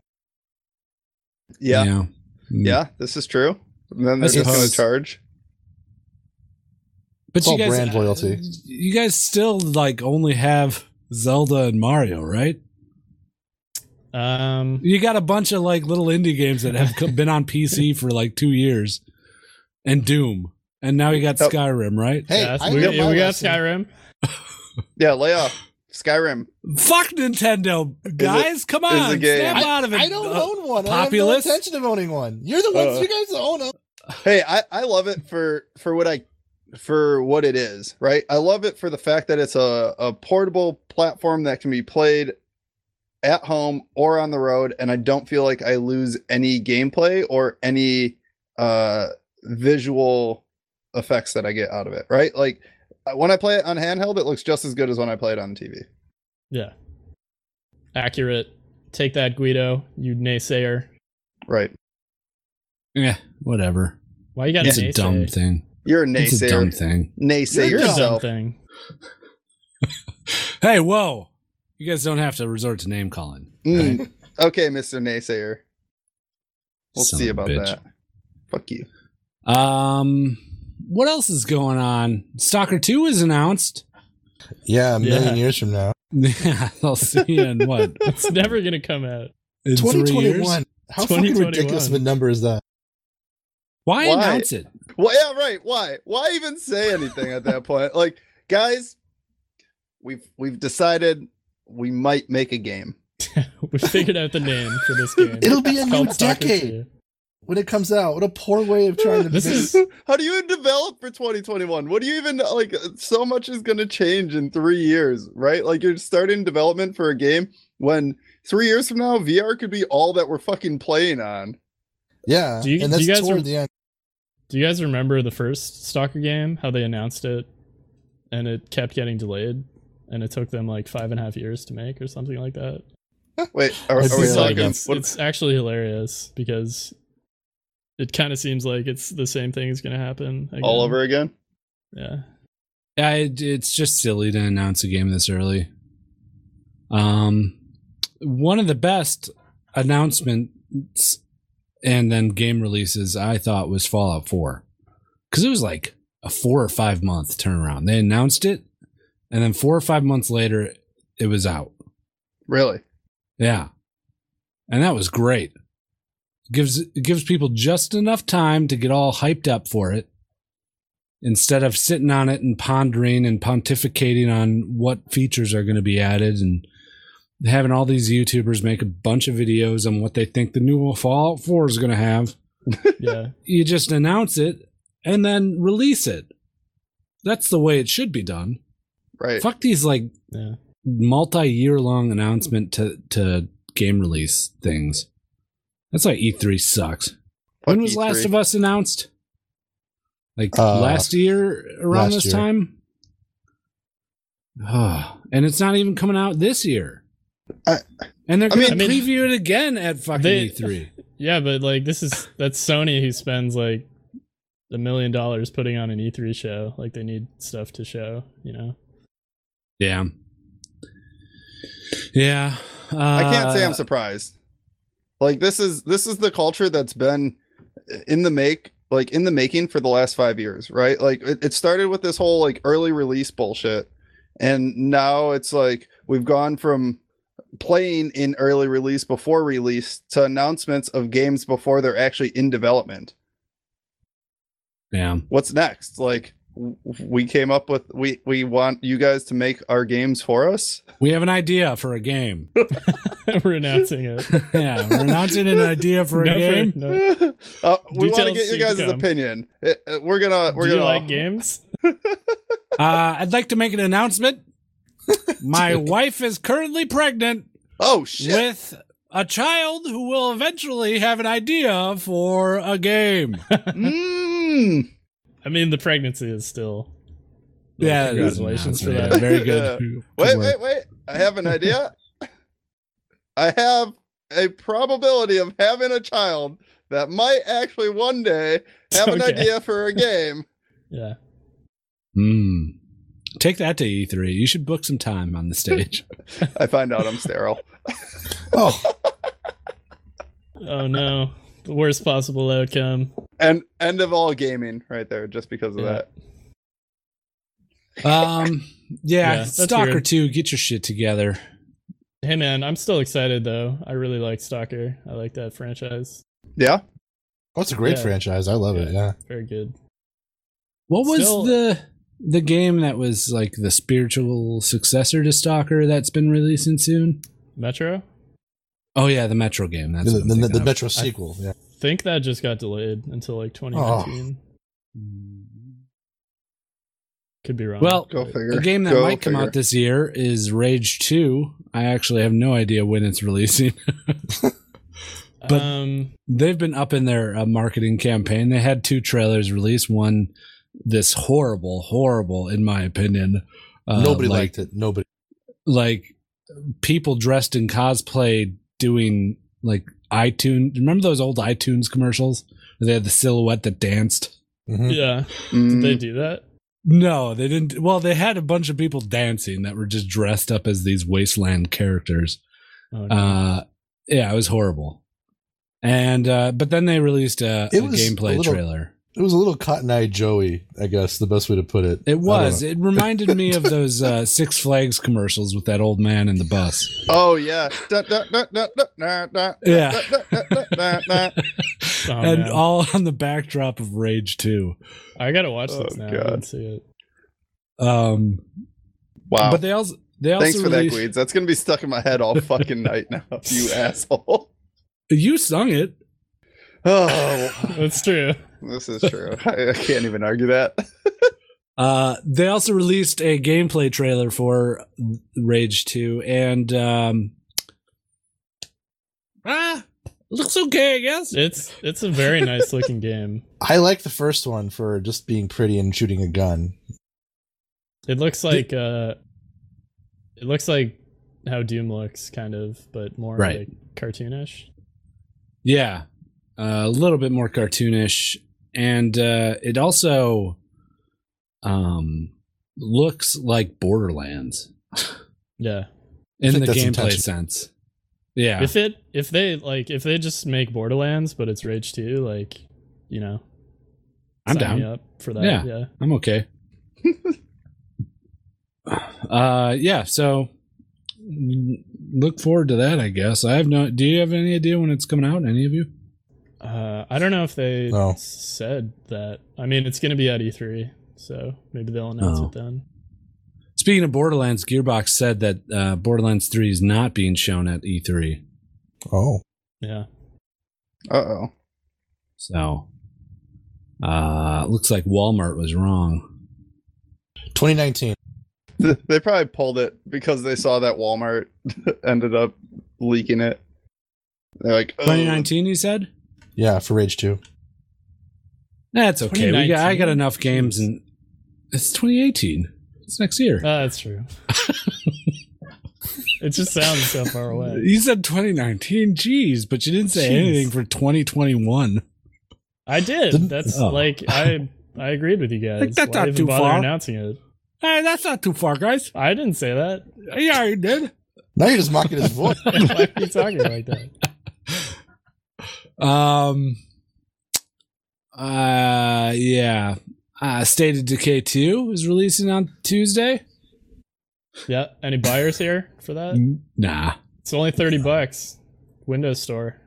B: Yeah, yeah,
A: Yeah. Mm.
B: this is true. And then
A: I
B: they're just going
A: suppose.
B: to charge.
A: But
D: It's
A: you
D: all
A: guys, uh,
D: brand loyalty.
A: You guys still like only have Zelda and Mario, right?
C: Um,
A: You got a bunch of like little indie games that have co- been on
D: (laughs)
A: PC for like two years, and Doom, and now you got
B: Yep.
A: Skyrim, right?
D: Hey,
C: yes,
D: I
C: we,
D: got
C: we
D: my
C: got
D: lesson.
C: Skyrim.
B: Yeah, lay off. Skyrim.
A: Fuck Nintendo, guys! Come on,
B: game.
A: snap out of it.
D: I don't
A: Uh,
D: own one. I have
A: populist?
D: no intention of owning one. You're the ones
B: Uh,
D: you guys own. them.
B: hey I, I love it for for what i for what it is right i love it for the fact that it's a, a portable platform that can be played at home or on the road and i don't feel like i lose any gameplay or any uh visual effects that i get out of it right like uh, when i play it on handheld it looks just as good as when i play it on tv
C: Yeah. Accurate. Take that, Guido. You naysayer.
B: right
A: Yeah, whatever.
C: Why you got
A: It's
C: to
A: a
C: naysay?
A: dumb thing.
B: you're a
A: It's a dumb
B: naysayer
A: thing.
B: naysayer
D: You're a
C: It's a dumb
B: yourself
C: thing.
A: Hey, whoa! You guys don't have to resort to name calling.
B: Mm. okay mr naysayer We'll
A: Son
B: see
A: of a
B: about
A: bitch.
B: that. Fuck you.
A: Um, what else is going on? Stalker Two is announced. (laughs)
D: Yeah, a million
C: Yeah.
D: years from now.
A: Yeah, I'll see you in what
C: It's never gonna come out.
A: in three years.
D: 2021. How fucking
C: 2021.
D: ridiculous of a number is that?
A: Why,
B: Why?
A: announce it?
B: Well, yeah, right. Why? Why even say anything at that point? Like, guys, we've we've decided we might make a game.
C: We figured out the name for
D: (laughs)
C: this game.
D: It'll be a
C: It's
D: new
C: called Soccer
D: decade
C: 2.
D: when it comes out. What a poor way of trying to.
C: This
D: make-
C: is
B: (laughs) How do you even develop for 2021? What do you even like? So much is going to change in three years, right? Like you're starting development for a game when three years from now VR could be all that we're fucking playing on.
D: yeah,
C: Do you-
D: and
C: do
D: that's
C: you guys
D: toward
C: rem-
D: the end.
C: Do you guys remember the first Stalker game? How they announced it, and it kept getting delayed, and it took them like five and a half years to make or something like that.
B: Wait, are,
D: It's
B: are we
D: just
C: like,
B: talking?
C: it's,
B: what-
C: it's actually hilarious because it kind of seems like it's the same thing is going to happen again.
B: all over again?
C: Yeah,
A: I, it's just silly to announce a game this early. Um, one of the best announcements and then game releases I thought was Fallout Four, because it was like a four or five month turnaround. They announced it, and then four or five months later, it was out.
B: Really?
A: Yeah. And that was great. Gives it gives people just enough time to get all hyped up for it instead of sitting on it and pondering and pontificating on what features are going to be added and having all these YouTubers make a bunch of videos on what they think the new Fallout 4 is going to have.
C: yeah.
A: You just announce it and then release it. That's the way it should be done.
B: Right.
A: Fuck these like
C: Yeah.
A: multi-year long announcement to to game release things. That's why E3 sucks. when
B: Fuck E
A: was
B: E3.
A: Last of Us announced? Like
D: Uh,
A: last year around this
D: last year.
A: time? (sighs) Ugh. and it's not even coming out this year.
B: I-
A: and they're
B: I
A: going to
C: mean- I mean-
A: preview it again at fucking E
C: They-
A: E3.
C: Yeah, but like this is that's Sony who spends like a million dollars putting on an E3 show. Like they need stuff to show, you know. (laughs)
A: Yeah. Yeah. Uh,
B: I can't say I'm surprised. Like this is this is the culture that's been in the make like in the making for the last 5 years, right? Like it, it started with this whole like early release bullshit and now it's like we've gone from playing in early release before release to announcements of games before they're actually in development.
A: Yeah.
B: What's next? Like w- we came up with we we want you guys to make our games for us.
A: We have an idea for a game. (laughs)
C: We're
B: (laughs)
C: announcing it.
A: yeah. We're announcing an idea
C: (laughs)
A: for a
C: No, for-
A: game.
C: no.
B: uh, we want to
C: Details
B: get
C: soon
B: you
C: to
B: guys'
C: come.
B: opinion. Uh, uh, We're gonna (laughs) we're
C: Do you
B: gonna (laughs)
C: like games?
A: Uh, I'd like to make an
C: (laughs)
A: announcement. My wife is currently pregnant
B: Oh shit!
C: (laughs)
A: with a child who will eventually have an idea for a
C: (laughs)
A: game.
B: Mm.
C: I mean, the pregnancy is still.
A: yeah,
C: congratulations for
A: yeah,
C: that. (laughs)
A: Very good.
B: Yeah.
A: Good
B: Uh, Wait,
A: work.
B: wait, wait! I have an idea. I have a probability of having a child that might actually one day have an
C: Okay.
B: idea for a game.
C: Yeah,
A: Hmm. Take that to E3. You should book some time on the
C: (laughs)
A: stage.
B: I find out I'm sterile.
D: Oh,
C: Oh no, the worst possible outcome.
B: And end of all gaming, right there, just because of
C: Yeah.
B: that.
A: um. Yeah,
C: Yeah, that's
A: Stalker
C: weird.
A: 2, get your shit together.
C: Hey man, I'm still excited though. I really like Stalker. I like that franchise.
B: Yeah.
D: that's Oh, a great
C: Yeah.
D: franchise. I love it. Yeah,
C: Very good.
A: What was
C: Still-
A: the the game that was like the spiritual successor to Stalker that's been releasing soon?
C: Metro.
A: Oh yeah, the Metro game. That's
D: the,
A: what I'm
D: the, the,
A: thinking of.
D: Metro sequel. Yeah. Oh.
C: Think that just got delayed until like 2019. Could be wrong.
A: Well,
B: Go figure.
A: A game that
B: Go
A: might come
B: figure.
A: out this year is Rage 2. I actually have no idea when it's (laughs) releasing. but-
C: um,
A: They've been up in their uh, marketing campaign. They had two trailers released. One, this horrible, horrible, in my opinion. uh,
D: Nobody
A: like,
D: liked it. Nobody.
A: like people dressed in cosplay doing like iTunes. Remember those old iTunes commercials? Where They had the silhouette that danced.
D: Mhm.
C: yeah. Did
B: Mm.
C: they do that?
A: No, they didn't. Well, they had a bunch of people dancing that were just dressed up as these wasteland characters.
C: Oh, no.
A: Uh, yeah, it was horrible. And uh, but then they released a,
D: It
A: a
D: was
A: gameplay
D: a little-
A: trailer.
D: It was a little Cotton Eye Joey, I guess, the best way to put it. I
A: It
D: don't
A: was.
D: know.
A: It reminded me of those
D: (laughs)
A: uh, Six Flags commercials with that old man in the bus.
B: Oh yeah. Da- da- da- da- da- da- da-
A: Yeah.
B: da- da- da- da- da- da.
A: and
C: Oh, man.
A: all on the backdrop of Rage 2.
C: I gotta watch
B: Oh,
C: this now.
B: God.
C: I didn't see it.
A: Um,
B: Wow.
A: But they also they also
B: Thanks for that,
A: released-
B: Gweeds. That's gonna be stuck in my head all
C: (laughs)
B: fucking night now. You asshole.
A: You sung it.
B: Oh,
C: That's true.
B: this is true. I, I can't even argue that.
A: Uh, they also released a gameplay trailer for Rage 2, and um, ah, looks okay, I guess.
C: It's it's a very nice looking game.
D: I like the first one for just being pretty and shooting a gun.
C: It looks like uh, it looks like how Doom looks, kind of, but more
A: Right.
C: like cartoonish.
A: Yeah, uh, a little bit more cartoonish, and uh, it also um looks like Borderlands
C: Yeah.
A: in
D: think
A: the
D: that's
A: gameplay
D: intentional.
A: sense. Yeah,
C: If it if they like if they just make Borderlands, but it's Rage 2, like you know,
A: I'm
C: sign
A: down.
C: me up for that.
A: Yeah.
C: Yeah.
A: I'm (laughs) okay. uh yeah, so mm, look forward to that, I guess. I have no do you have any idea when it's coming out, any of you?
C: Uh, I don't know if they
D: Oh.
C: said that. I mean, it's gonna be at E3, so maybe they'll announce
A: Oh.
C: it then.
A: Speaking of Borderlands, Gearbox said that uh Borderlands 3 is not being shown at E E3.
D: Oh,
C: Yeah.
B: Uh oh.
A: So uh looks like Walmart was wrong.
D: 2019.
B: They probably pulled it because they saw that Walmart (laughs) ended up leaking it. They're like, "Oh,
A: 2019 you said?
D: Yeah, for Rage 2.
A: That's okay. We got, I got
C: 2019?
A: enough games and it's 2018. It's next year.
C: Ah, that's true. (laughs) it just sounds so far away.
A: You said 2019, jeez, but you didn't say
C: Jeez.
A: anything for 2021.
C: I
D: Didn't-
C: did. That's
A: oh.
C: like I I agreed with you guys.
A: Like, that's
C: Why
A: not
C: even
A: too
C: bother
A: far.
C: announcing it?
A: Hey, that's not too far, guys.
C: I didn't say that.
A: Yeah, you did.
D: Now you're just mocking his voice.
C: Why are you talking like
A: (laughs)
C: that?
A: Um. Uh, yeah. Uh, State of Decay 2 is releasing on Tuesday.
C: Yeah. Any buyers here for that?
A: Nah.
C: It's only 30 bucks. Windows Store.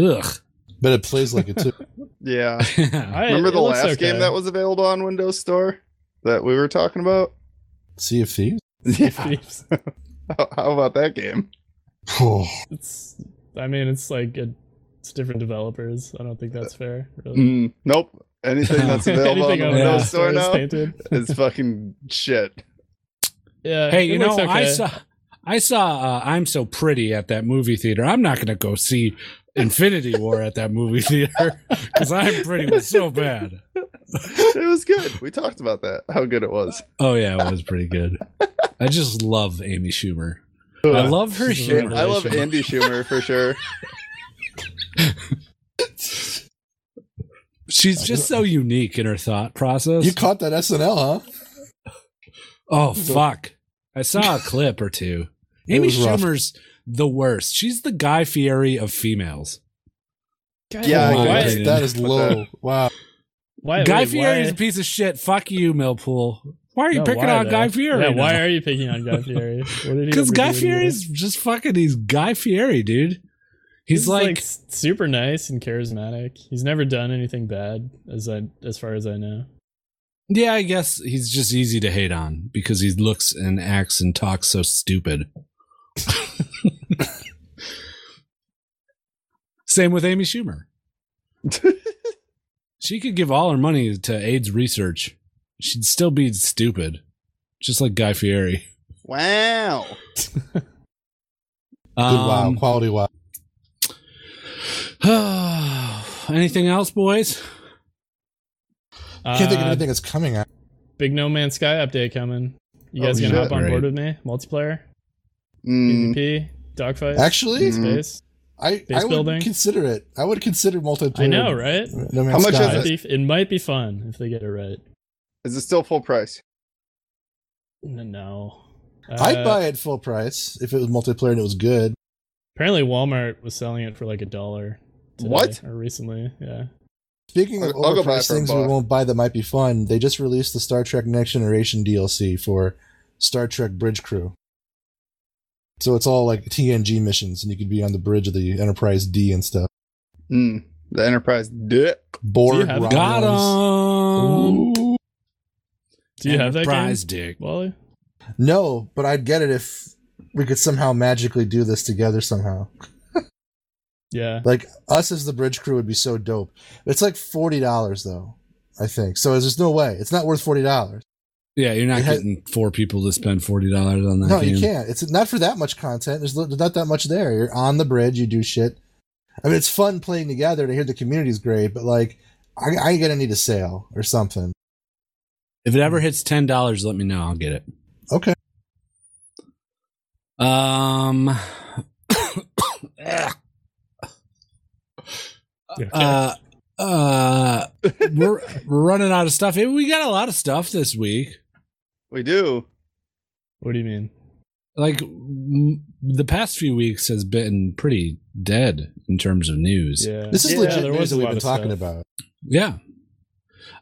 A: Ugh. (laughs)
D: But it plays like it too.
B: Yeah.
C: I,
B: Remember
C: it
B: the
C: looks
B: last
C: okay.
B: game that was available on Windows Store that we were talking about?
D: Sea of Thieves? (sighs)
B: Yeah.
C: Thieves.
B: How, how about that game?
D: Oh,
C: It's, I mean, it's like a, it's different developers. I don't think that's fair. Really.
B: Mm, nope. Anything
C: (laughs)
B: that's available on
C: Anything
B: the
C: on
A: the
B: Windows
A: Yeah.
B: Store
C: is
B: now
C: tainted.
B: is fucking shit.
A: (laughs)
C: Yeah.
A: hey,
C: it
A: you know,
C: looks
A: I
C: okay.
A: saw I saw uh, I'm So Pretty at that movie theater. I'm not going to go see Infinity (laughs) War at that movie (laughs) theater because I'm pretty was so bad.
B: It was good. We talked about that. How good it was.
A: Oh, yeah, it was pretty good. I just love Amy Schumer. I love her
C: She's a
A: humor.
B: Uh, I love
C: relation.
B: Andy Schumer for
D: (laughs)
B: sure.
A: She's just so unique in her thought process.
D: you caught that SNL, huh?
A: oh fuck! I (laughs) saw a clip or two.
D: It
A: Amy
D: was rough.
A: Schumer's the worst. She's the Guy Fieri of females.
B: Yeah,
D: Wow,
B: I
C: why,
D: that's-
A: did.
D: that is low. Wow.
C: why,
A: Guy
C: wait,
A: Fieri is
C: why-
A: a piece of shit. Fuck you, Millpool. Why are you
C: No,
A: picking
C: why,
A: on
C: though?
A: Guy Fieri?
C: Yeah, why are you picking on Guy Fieri?
A: (laughs) Because Guy Fieri's just fucking. He's Guy Fieri, dude. He's, like,
C: s- super nice and charismatic. He's never done anything bad, as I as far as I know.
A: yeah, I guess he's just easy to hate on because he looks and acts and talks so stupid. (laughs) Same with Amy (laughs) Schumer. She could give all her money to AIDS research. She'd still be stupid, just like Guy Fieri.
B: wow.
D: Good wow.
A: Um,
D: Quality wow.
A: (sighs) anything else, boys?
C: Uh,
D: Can't think of anything that's coming out.
C: Big No Man's Sky update coming. You
B: Oh,
C: guys gonna
B: shit.
C: hop on
A: Right.
C: board with me? Multiplayer,
B: Mm,
C: PvP, dogfight,
D: Actually,
B: Mm.
C: space.
D: I, I
C: Base
D: would
C: building?
D: consider it. I would consider multiplayer.
C: I know, right?
D: No Man's
B: How much
D: Sky.
B: is
C: Might be- it might be fun if they get it right.
B: is it still full price?
C: N- No,
D: I'd
C: Uh,
D: buy it full price if it was multiplayer and it was good.
C: Apparently, Walmart was selling it for like a dollar today
B: What?
C: Or recently, yeah.
D: Speaking of
B: I'll- I'll go buy it
D: overpriced
B: for a
D: things we
B: buck.
D: won't buy that might be fun, they just released the Star Trek Next Generation DLC for Star Trek Bridge Crew. So it's all like TNG missions, and you could be on the bridge of the Enterprise D and stuff.
B: Mm, the Enterprise. Duh.
D: Borg,
C: have-
A: Got
D: Romulans.
A: him.
C: Do you have that
A: Enterprise
C: game,
A: dick.
C: Wally?
D: No, but I'd get it if we could somehow magically do this together somehow.
C: Yeah.
D: Like us as the bridge crew would be so dope. It's like forty dollars though, I think. So there's no way it's not worth forty dollars.
A: Yeah, you're not
D: It has-
A: getting four people to spend forty dollars on that.
D: No,
A: game.
D: you can't. It's not for that much content. There's li- not that much there. You're on the bridge. You do shit. I mean, it's fun playing together, and I hear the community's great. But like, I, I ain't gonna need a sale or something.
A: If it ever hits ten dollars, let me know. I'll get it.
D: Okay.
C: (coughs)
A: Um. (coughs) uh, uh, we're, we're running out of stuff. Hey, We got a lot of stuff this week.
B: We do.
C: What do you mean?
A: Like m- the past few weeks has been pretty dead in terms of news.
C: Yeah.
D: This is
C: yeah,
D: legit
C: there
D: news
C: was
D: that
C: a
D: we've
C: lot
D: been
C: of
D: talking
C: stuff.
D: about.
A: Yeah.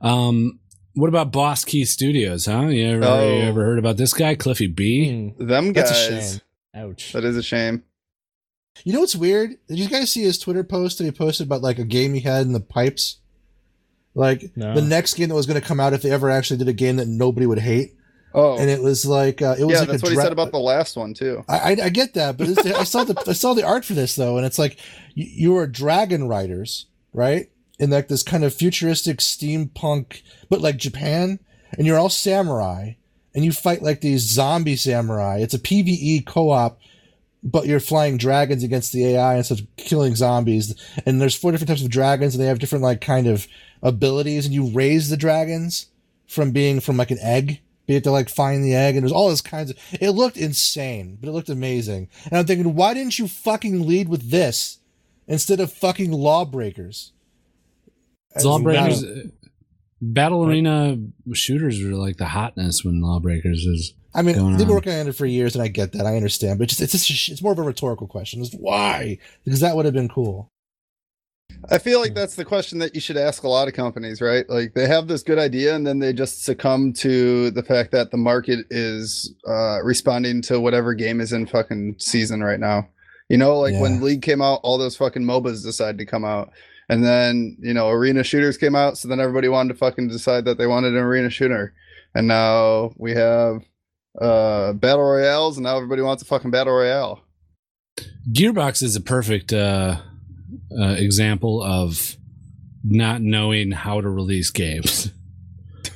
A: Um. What about Boss Key Studios? Huh? You ever,
B: Oh.
A: you ever heard about this guy, Cliffy B?
C: Mm,
B: Them guys.
D: That's a shame.
C: Ouch.
B: That is a shame.
D: You know what's weird? Did you guys see his Twitter post that he posted about like a game he had in the pipes? Like
C: No.
D: the next game that was going to come out if they ever actually did a game that nobody would hate,
B: Oh,
D: and it was like uh, it was
B: yeah,
D: like
B: that's
D: a
B: what he
D: dra-
B: said about the last one too.
D: I, I, I get that, but it's, I saw the I saw the art for this though, and it's like you, you were dragon riders, right? In like this kind of futuristic steampunk, but like Japan, and you're all samurai, and you fight like these zombie samurai. It's a PVE co-op, but you're flying dragons against the AI and stuff, killing zombies. And there's four different types of dragons, and they have different like kind of abilities, and you raise the dragons from being from like an egg. You have to like find the egg, and there's all this kinds of. It looked insane, but it looked amazing. And I'm thinking, why didn't you fucking lead with this instead of fucking lawbreakers?
A: It's lawbreakers. uh,
D: Wow.
A: Battle arena shooters are like the hotness when lawbreakers is.
D: I mean,
A: going
D: they've been
A: on.
D: working on it for years, and I get that. I understand, but it's just, it's, just, it's more of a rhetorical question. It's why? Because that would have been cool.
B: I feel like that's the question that you should ask a lot of companies, right? Like they have this good idea and then they just succumb to the fact that the market is uh, responding to whatever game is in fucking season right now. You know, like when League came out, all those fucking MOBAs decided to come out. And then, you know, arena shooters came out, so then everybody wanted to fucking decide that they wanted an arena shooter. And now we have uh battle royales and now everybody wants a fucking battle royale.
A: Gearbox is a perfect uh, uh, example of not knowing how to release games. (laughs)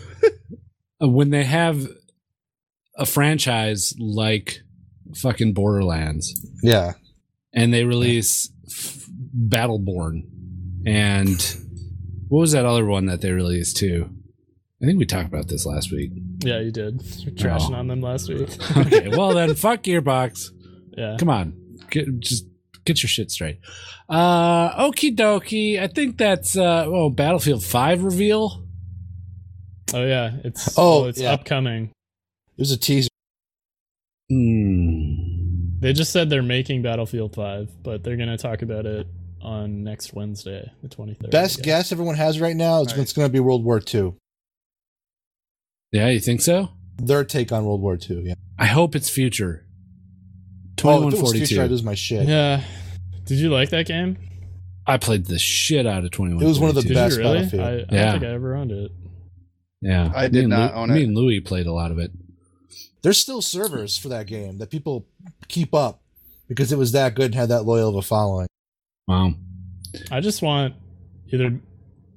A: Uh, when they have a franchise like fucking Borderlands,
D: Yeah,
A: and they release f- Battleborn, and what was that other one that they released too? I think we talked about this last week.
C: Yeah, you did. You're trashing
A: Oh.
C: on them last
D: (laughs)
C: week.
A: okay, well then, fuck Gearbox.
C: yeah.
A: Come on, get, just get your shit straight. Uh, okie dokie. I think that's uh, oh, Battlefield Five reveal.
C: Oh yeah, it's oh
D: Oh,
C: it's
D: yeah.
C: upcoming.
D: it was a teaser.
A: Hmm.
C: They just said they're making Battlefield Five, but they're gonna talk about it on next Wednesday, the twenty third.
D: Best guess everyone has right now is
B: Right.
D: it's going to be World War II.
A: Yeah, you think so?
D: Their take on World War II. Yeah,
A: I hope it's future.
D: Oh,
A: Twenty
D: if
A: one
D: it was
A: forty
D: future, I
A: two.
D: lose my shit.
C: Yeah. Did you like that game?
A: I played the shit out of twenty one.
D: It was one of the
C: Did
D: Best
C: you really?
D: Battlefield.
C: I, I
A: Yeah.
C: don't think I ever owned it.
A: Yeah,
B: I did
A: Me and
B: not
A: Lou-
B: own it.
A: Me and Louie played a lot of it.
D: There's still servers for that game that people keep up because it was that good and had that loyal of a following.
A: Wow.
C: I just want either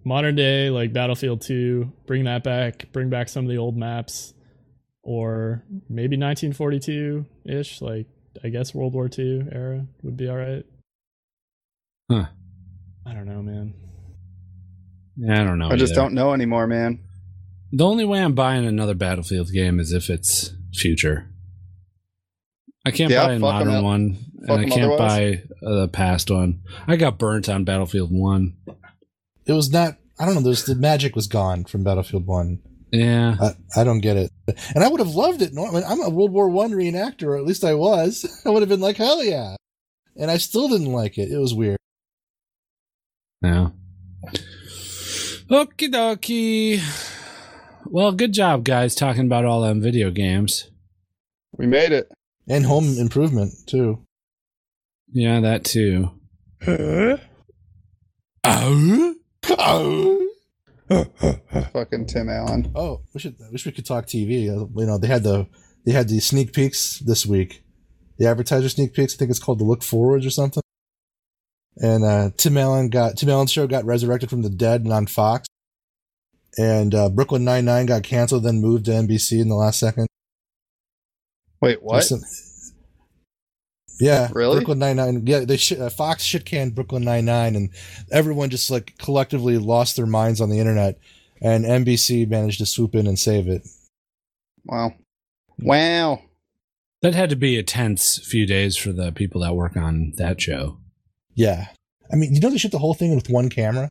C: modern day like Battlefield Two, bring that back, bring back some of the old maps, or maybe nineteen forty two ish, like I guess World War Two era would be alright.
A: Huh.
C: I don't know, man.
A: Oh, Yeah, I don't know.
B: I just
A: either.
B: don't know anymore, man.
A: The only way I'm buying another Battlefield game is if it's future. I can't
B: Yeah,
A: buy a
B: fuck 'em
A: modern
B: up.
A: one,
B: Fuck
A: and I
B: 'em
A: can't
B: otherwise.
A: buy uh, the past one. I got burnt on Battlefield One.
D: It was not. I don't know. There's the magic was gone from Battlefield One.
A: Yeah,
D: I, I don't get it. And I would have loved it. Nor- I mean, I'm a World War One reenactor, or at least (laughs) I was. I would have been like, hell yeah. And I still didn't like it. It was weird.
A: Yeah. Okie dokie. Well, good job, guys, talking about all them video games.
B: We made it.
D: and home improvement too.
A: Yeah, that too. Uh?
D: Oh,
B: Fucking Tim Allen.
D: oh, we should. I wish we could talk TV. Uh, You know, they had the they had the sneak peeks this week, the advertiser sneak peeks. I think it's called the Look Forwards or something. And uh, Tim Allen got Tim Allen's show got resurrected from the dead and on Fox, and uh, Brooklyn Nine Nine got canceled, then moved to NBC in the last second.
B: Wait, what?
D: Some- Yeah,
B: Really?
D: Brooklyn Nine Nine. Yeah, they sh- uh, Fox shit canned Brooklyn Nine Nine, and everyone just like collectively lost their minds on the internet, and NBC managed to swoop in and save it.
B: Wow. Wow.
A: That had to be a tense few days for the people that work on that show.
D: Yeah, I mean, you know they shot the whole thing with one camera.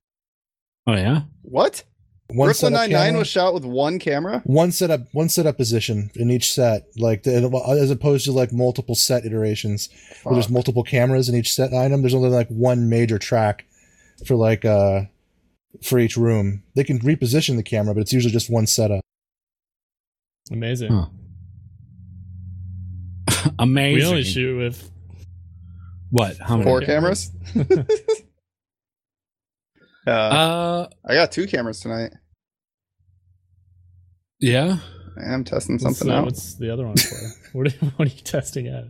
A: Oh yeah.
B: What?
D: One
B: Brooklyn
D: setup
B: Nine Nine
D: camera,
B: was shot with one camera.
D: one setup, one setup position in each set, like the, as opposed to like multiple set iterations. where there's
B: Fuck.
D: multiple cameras in each set item. There's only like one major track for like uh for each room. They can reposition the camera, but it's usually just
B: (laughs)
D: one setup.
C: Amazing.
A: Huh. Amazing.
C: We only shoot with
A: what? How many?
B: Four cameras. (laughs) uh,
A: Uh,
B: I got two cameras tonight.
A: yeah.
B: I'm testing
C: what's,
B: something
C: uh,
B: out.
C: What's the other one for? (laughs) what, are, what are you testing at?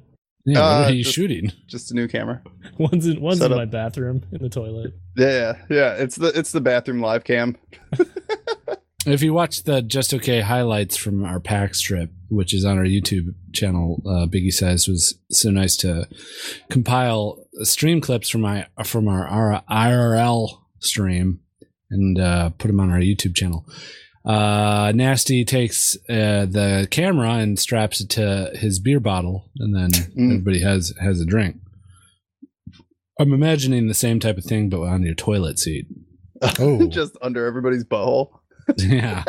A: Yeah.
B: Uh,
A: what are you
B: just-
A: shooting?
B: Just a new camera.
C: One's in one's
B: Set
C: in
B: up.
C: my bathroom in the toilet.
B: Yeah, yeah. It's the it's the bathroom live cam. (laughs)
A: If you watch the Just Okay highlights from our pack strip, which is on our YouTube channel, uh, Biggie says was so nice to compile stream clips from my from our, our IRL stream and uh, put them on our YouTube channel. Uh, Nasty takes uh, the camera and straps it to his beer bottle, and then
B: Mm.
A: everybody has has a drink. I'm imagining the same type of thing, but on your toilet seat.
D: Oh,
B: just under everybody's butthole.
A: (laughs)
B: (laughs)
A: Yeah.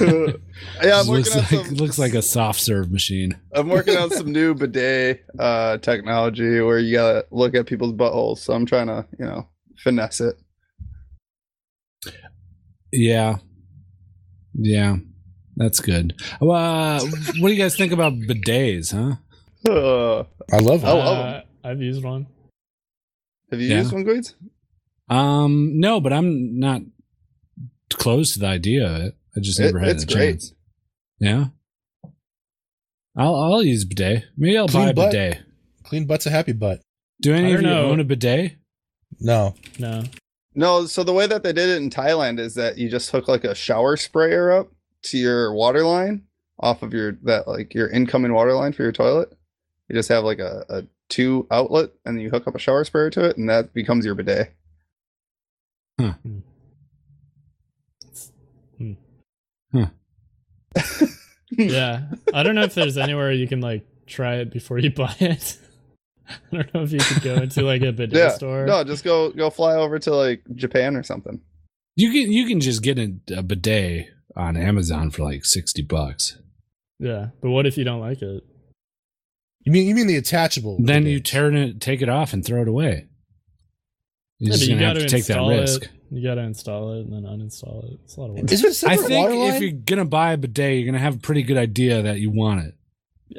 B: yeah, I'm working
A: looks
B: on
A: like
B: some,
A: looks like a soft serve machine.
B: (laughs) I'm working on some new bidet uh, technology where you gotta look at people's buttholes. So I'm trying to, you know, finesse it. (laughs)
A: Yeah, yeah, that's good. Well, Uh, what do you guys think about bidets, huh?
B: Uh,
D: I love it.
B: I love 'em.
C: Uh, I've used one.
B: have you
A: Yeah.
B: used one, Goids?
A: Um, no, but I'm not closed to the idea of it. I just
B: It-
A: never had
B: it's
A: the
B: great.
A: chance. Yeah, I'll I'll use bidet. Maybe I'll
D: Clean
A: buy a
D: butt.
A: bidet.
D: Clean butt's a happy butt.
A: Do any
C: I
A: of you
C: don't know.
A: own a bidet?
D: No,
C: No.
B: No. So the way that they did it in Thailand is that you just hook like a shower sprayer up to your water line off of your that like your incoming water line for your toilet. You just have like a, a two outlet, and you hook up a shower sprayer to it, and that becomes your bidet.
C: Yeah. I don't know if there's anywhere you can like try it before you (laughs) buy it. I don't know if you could go into like a bidet
B: Yeah.
C: store.
B: No, just go go fly over to like Japan or something.
A: You can you can just get a, a bidet on Amazon for like sixty bucks.
C: Yeah. But what if you don't like it?
D: you mean you mean the attachable?
A: Then
D: bidet.
A: you turn it, take it off, and throw it away. You're
C: Yeah,
A: just
C: but you
A: gonna have
C: gotta
A: to take that
C: install it.
A: risk.
C: You gotta install it and then uninstall it. It's a lot of work.
D: Is it a separate
A: I think
D: water
A: if
D: line?
A: you're gonna buy a bidet, you're gonna have a pretty good idea that you want it.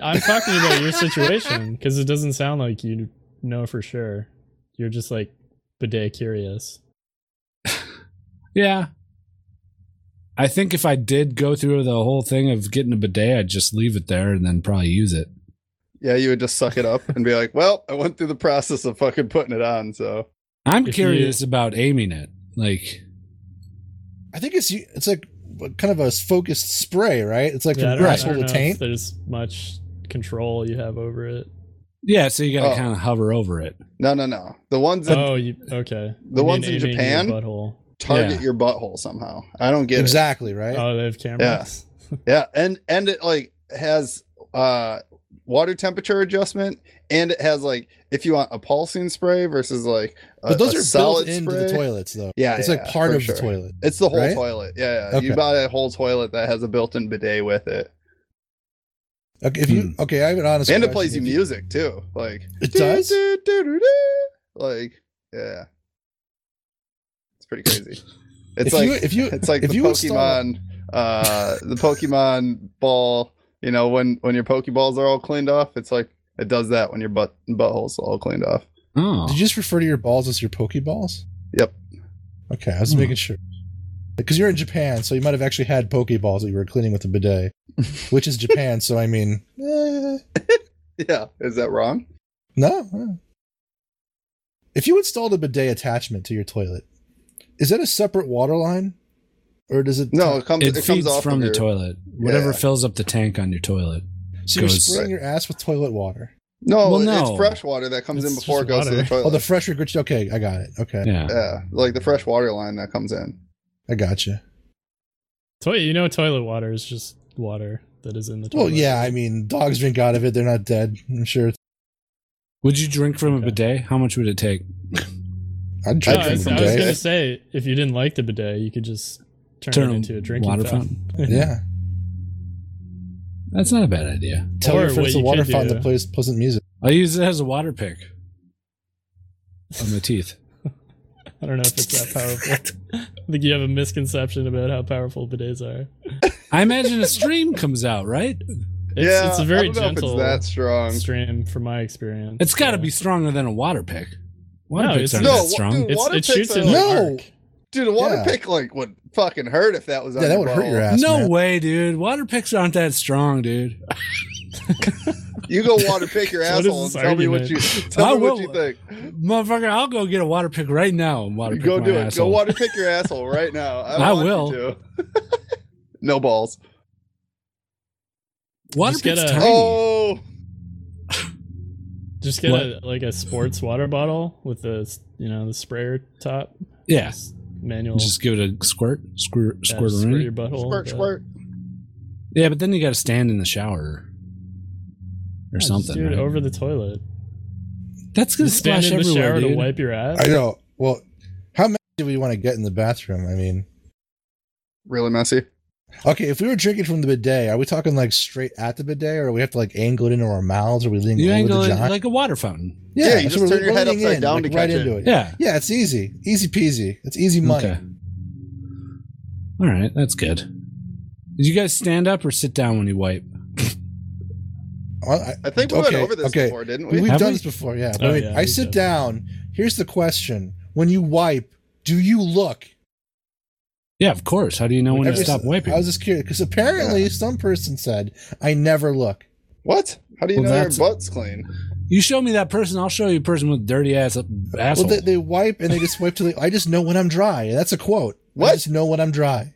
C: I'm talking about your situation because it doesn't sound like you know for sure. You're just like bidet curious.
A: Yeah. I think if I did go through the whole thing of getting a bidet, I'd just leave it there and then probably use it.
B: Yeah, you would just suck it up and be like, "Well, I went through the process of fucking putting it on." So
A: I'm
C: If
A: curious about aiming it. Like,
D: I think it's it's like kind of a focused spray, right? It's like
C: Yeah, I
D: from
C: don't, I
D: asshole
C: don't know
D: to
C: if
D: taint.
C: there's much control you have over it.
A: yeah, so you gotta
B: Oh.
A: kind of hover over it.
B: no, no, no. The ones that
C: oh, you, okay.
B: the
C: You mean
B: ones in
C: aiming your
B: Japan?
C: Butthole.
B: target
A: yeah.
B: your butthole somehow. I don't get
D: Exactly, right?
C: Oh, they have cameras.
B: it. Yeah, and and it like has uh water temperature adjustment, and it has like if you want a pulsing spray versus like a,
D: but those
B: a
D: are
B: solid
D: built into
B: spray.
D: the toilets, though.
B: Yeah,
D: it's like
B: yeah,
D: part
B: for
D: of
B: sure.
D: the toilet.
B: It's the whole
D: right?
B: toilet. Yeah, yeah.
D: Okay.
B: you buy a whole toilet that has a built-in bidet with it,
D: Okay, if you
C: Hmm.
D: okay, I have an honest.
B: and it
D: question.
B: plays you
D: If
B: music too. Like
D: It does?
B: (laughs) Like Yeah, it's pretty crazy.
D: If
B: It's
D: you-
B: like
D: if you-
B: it's like
D: if
B: the
D: you install-
B: Pokemon, uh, the Pokemon ball. You know, when when your Pokeballs are all cleaned off, it's like it does that when your butt buttholes are all cleaned off.
A: Oh.
D: Did you just refer to your balls as your Pokeballs?
B: Yep.
D: Okay, I was
A: Hmm.
D: making sure. Because you're in Japan, so you might have actually had Pokeballs that you were cleaning with a bidet, which is Japan, so I mean, eh,
B: Yeah, is that wrong?
D: no. eh. If you installed a bidet attachment to your toilet, is that a separate water line? Or does it.
B: No, it comes
A: it,
B: it, comes
A: feeds
B: off
A: from
B: of
A: the
B: your-
A: toilet. Whatever
B: Yeah.
A: fills up the tank on your toilet.
D: So you're
A: goes-
D: spraying your ass with toilet water.
B: No,
A: Well, no.
B: it's fresh water that comes
C: It's
B: in before it
C: just
B: goes to the
C: water.
B: toilet.
D: Oh, the fresh regret. Okay, I got it. Okay,
A: Yeah.
B: Uh, yeah, like the fresh water line that comes in.
D: I got you.
C: Toilet, you know, toilet water is just water that is in the toilet.
D: Well, yeah, I mean, dogs drink out of it. They're not dead. I'm sure.
A: Would you drink from
C: Okay.
A: a bidet? How much would it take?
D: I'd
C: No,
D: drink
C: I,
D: from
C: was,
D: a
C: I was
D: bidet.
C: gonna say if you didn't like the bidet, you could just turn, it into a drinking
A: water
C: fountain.
A: fountain.
D: Yeah.
A: That's not a bad idea.
D: Tell
C: Or
D: your friends
C: what
D: the
C: you
D: water
C: could
D: fountain
C: do-
D: that plays pleasant music.
A: I use it as a water pick on my teeth.
C: I don't know if it's
A: (laughs)
C: that powerful. I think you have a misconception about how powerful bidets are.
A: I imagine a stream comes out, right?
C: It's,
B: yeah,
C: it's a very
B: I don't know
C: gentle
B: If it's that strong.
C: stream from my experience.
A: It's got to
C: so-
A: be stronger than a water pick. Water
C: No,
A: picks
C: it's-
A: aren't
B: No,
A: that
B: wa-
A: strong.
B: dude,
C: It's,
B: Water
C: it shoots
B: picks
C: in
B: are-
C: like
D: No!
C: arc.
B: Dude, a water
D: Yeah.
B: pick like would fucking hurt if that was. on
D: Yeah, that
B: your
D: would hurt your
B: butthole.
D: ass.
A: no
D: man.
A: way, dude. Water picks aren't that strong, dude.
B: You go water pick
D: (laughs)
B: your
C: What is
B: asshole and
C: this
B: tell me what you
C: argument?
A: I
B: tell me what
A: will.
B: you think.
A: Motherfucker, I'll go get a water pick right now and water pick
B: Go
A: my
B: do it.
A: asshole.
B: Go water pick your asshole right now.
D: (laughs)
B: I,
A: I
B: want you
A: will.
B: to. (laughs) no balls.
A: water
C: Just get
A: picks
C: a-
A: tiny.
B: Oh,
C: Just get a like a sports water bottle with the s- you know the sprayer top.
A: yeah.
C: Just manual.
A: Just give it a squirt, squirt,
C: yeah,
A: squirt
C: just
A: around.
C: your butthole.
B: squirt,
C: but-
B: squirt.
A: Yeah, but then you got to stand in the shower or
C: Yeah, just
A: something.
C: do it
A: right?
C: over the toilet.
A: That's gonna
C: Just stand
A: splash
C: in the
A: everywhere,
C: shower to
A: dude.
C: wipe your ass.
D: I know. Well, how many do we want to get in the bathroom? I mean,
B: Really messy.
D: okay, if we were drinking from the bidet, are we talking like straight at the bidet, or we have to like angle it into our mouths, or we lean
A: You
D: over
A: angle
D: the
A: it
D: vagina?
A: like a water fountain.
B: Yeah, you just
D: we're
B: turn your head
D: leaning
B: upside down to
D: right
B: catch
D: into it.
A: Yeah.
D: Yeah, it's easy, easy peasy. It's easy money.
A: Okay. All right, that's good. Did you guys stand up or sit down when you wipe?
D: Well, I-
B: I think we went
D: Okay,
B: over this
D: okay.
B: before, didn't
D: we,
B: we?
D: have
A: Have
D: done
A: we?
D: this before, yeah. But
C: Oh,
D: I mean,
C: yeah,
D: I
C: we
D: sit
C: did.
D: down. Here's the question: When you wipe, do you look?
A: Yeah, of course. How do you know when to
D: Every-
A: stop wiping?
D: I was just curious because apparently some person said I never look.
B: What? How do you
A: Well,
B: know
A: that's-
B: your butt's clean?
A: you show me that person, I'll show you a person with dirty ass uh, asshole.
D: Well, they, they wipe and they just wipe till they. I just know when I'm dry. That's a quote. I
B: What?
D: just know when I'm dry.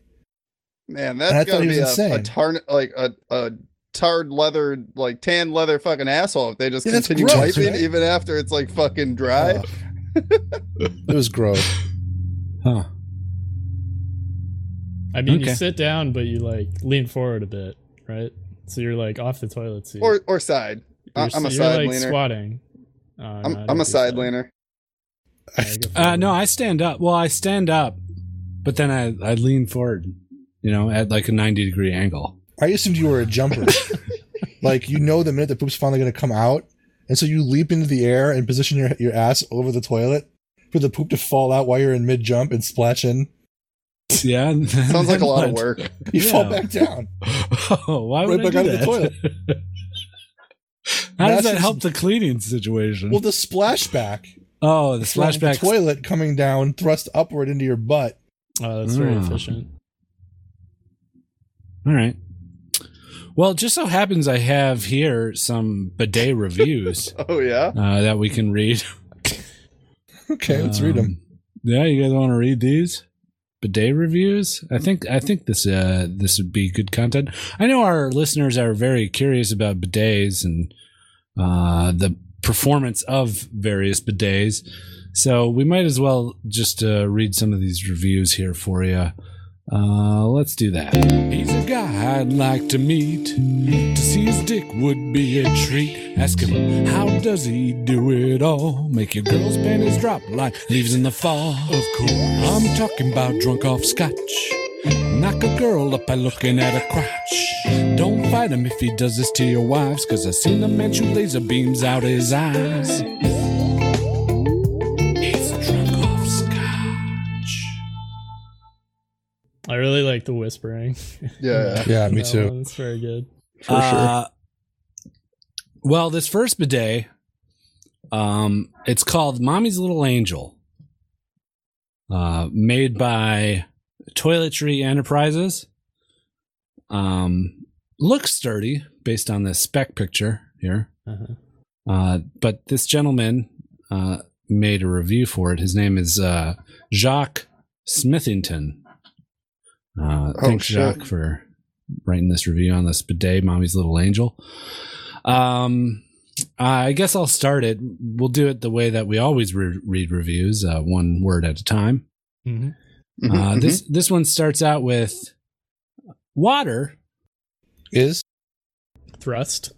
B: Man,
D: And I
B: that's
D: thought
B: gotta
D: he was
B: be a,
D: insane.
B: a tarn like a, a tarred leather, like tan leather fucking asshole if they just
D: Yeah, that's
B: continue
D: gross,
B: wiping
D: right?
B: even after it's like fucking dry.
D: Ugh. it was gross.
A: huh.
C: I mean,
A: Okay.
C: you sit down, but you like lean forward a bit, right? So you're like off the toilet seat.
B: Or or side. I-
C: You're-
B: I'm a
C: you're,
B: side
C: like
B: leaner.
C: squatting. Oh, no, I
B: I'm,
C: don't
B: I'm
C: do
B: a
A: (laughs)
B: side leaner.
C: Yeah, I go
A: Uh, no,
C: forward.
A: I stand up. Well, I stand up, but then I, I lean forward, you know, at like a 90 degree angle. (laughs)
D: I assumed you were a (laughs) jumper. like you know the minute the poop's finally going to come out, and so you leap into the air and position your your ass over the toilet for the poop to fall out while you're in mid jump and splash in.
A: Yeah.
B: Sounds like a lot of work.
D: You fall
A: Yeah.
D: back down.
A: (laughs) Oh, why would
D: Right
A: I
D: back
A: do
D: out of the
A: that? (laughs) How does
D: That's
A: that
D: just-
A: help the cleaning situation?
D: Well, the splashback.
A: oh, the
D: from
A: splashback.
D: The toilet coming down, thrust upward into your butt.
C: Oh, that's very
A: Mm.
C: efficient.
A: All right. Well, it just so happens I have here some
D: (laughs)
A: bidet reviews
B: Oh yeah.
A: uh, that we can read.
D: Okay, let's read them.
A: Um, Yeah, you guys want to read these bidet reviews? I think I think this uh this would be good content. I know our listeners are very curious about bidets and uh the performance of various bidets, so we might as well just uh, read some of these reviews here for you. Uh, let's do that. He's a guy I'd like to meet. To see his dick would be a treat. Ask him, how does he do it all? Make your girl's panties drop like leaves in the fall. Of course. I'm talking about drunk off scotch. Knock a girl up by looking at a crotch. Don't fight him if he does this to your wives, cause I've seen a man shoot laser beams out his eyes. It's true.
C: I really like
A: (laughs)
C: the whispering.
A: Uh,
B: Yeah.
D: Yeah, me
C: That
D: too.
C: one's very good.
B: For
A: sure. Uh, Well, this first bidet, um, it's called Mommy's Little Angel, uh, made by Toiletry Enterprises. Um, looks sturdy based on this spec picture here.
C: Uh-huh.
A: Uh, but this gentleman uh, made a review for it. His name is uh, Jacques Smithington. Uh,
B: Oh,
A: thanks,
B: shit.
A: Jacques, for writing this review on this bidet, Mommy's Little Angel. Um, I guess I'll start it. We'll do it the way that we always re- read reviews, uh, one word at a time.
C: Mm-hmm.
A: Uh, this this one starts out with water
D: Is
C: Thrust,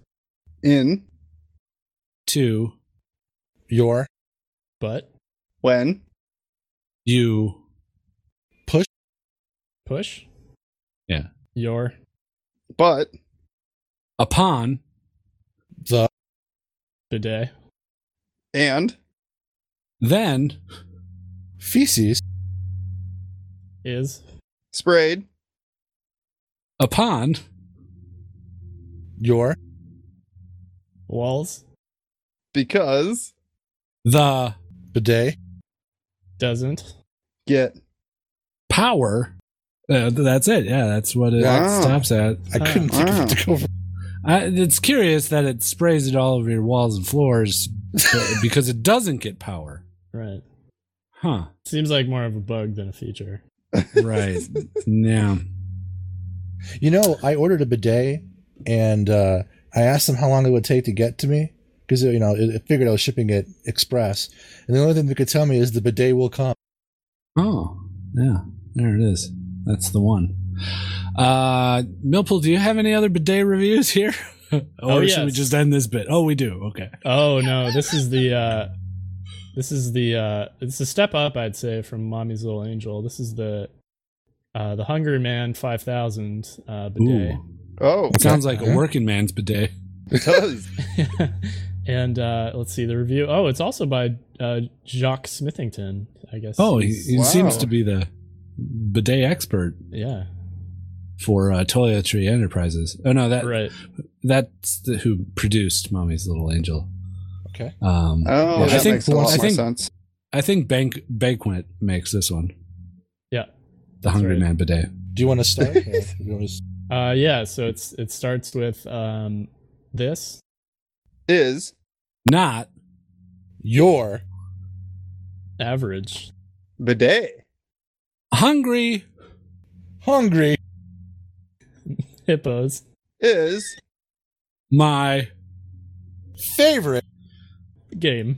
B: mm-hmm. in
A: to
D: your
C: butt,
B: when
A: you
C: push.
A: Yeah.
C: Your
B: but
A: upon
D: the
C: bidet.
B: and
A: then
D: feces
C: is
B: sprayed
A: upon
D: your
C: walls
B: because
A: the
D: bidet
C: doesn't
B: get
A: power. Uh, th- that's it. Yeah, that's what it
B: Wow.
A: stops at.
D: I
C: Ah.
D: couldn't think of
B: Ah.
D: it to (laughs) go for
A: I, it's curious that it sprays it all over your walls and floors
B: (laughs)
A: but- because it doesn't get power.
C: right.
B: (laughs)
A: Huh.
C: Seems like more of a bug than a feature.
A: Right. yeah.
D: You know, I ordered a bidet and uh, I asked them how long it would take to get to me because, you know, it, it figured I was shipping it express. And the only thing they could tell me is the bidet will come. (laughs)
A: Oh, yeah. There it is. That's the one. Uh Millpool, do you have any other bidet reviews here? (laughs) or should we
C: Oh, yes.
A: just end this bit? Oh, we do. Okay.
C: Oh no, this is the uh this is the uh it's a step up I'd say from Mommy's Little Angel. This is the uh the Hungry Man 5000 uh bidet.
A: Ooh.
B: oh
A: It sounds like a
D: Okay.
A: working man's bidet. (laughs)
B: because
C: (laughs) and uh let's see the review. Oh, it's also by uh Jacques Smithington, I guess.
A: Oh, he,
C: he's-
A: he seems
B: Wow.
A: to be the bidet expert.
C: yeah.
A: for uh, Toiletry Enterprises. Oh no, that
C: Right.
A: that's the, who produced Mommy's Little Angel.
D: Okay.
A: Um,
B: oh
A: yeah,
B: that
A: I think
B: makes a lot
A: I
B: more
A: think
B: sense
A: I think Bank Banquet makes this one.
C: Yeah.
A: the Hungry
C: right.
A: Man bidet.
D: Do you want to start? Or do you want to-
C: Uh yeah, so it's it starts with um this
B: is
A: Not
D: your
C: average
B: bidet
A: hungry.
D: hungry
C: hippos
B: is
A: My
D: favorite.
C: game.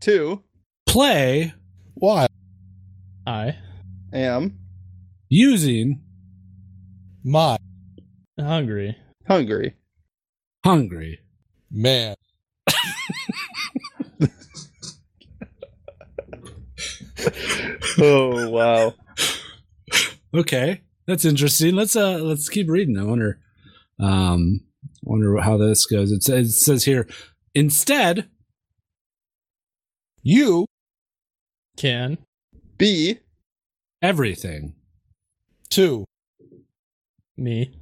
B: to
A: play
D: Why?
C: I
B: am
A: using
D: My
C: hungry.
B: hungry
A: hungry.
D: man.
B: oh wow
A: Okay, that's interesting. Let's uh let's keep reading. I wonder, um, wonder how this goes. It says, it says here instead
D: You
C: Can
B: b
A: everything
D: too.
C: me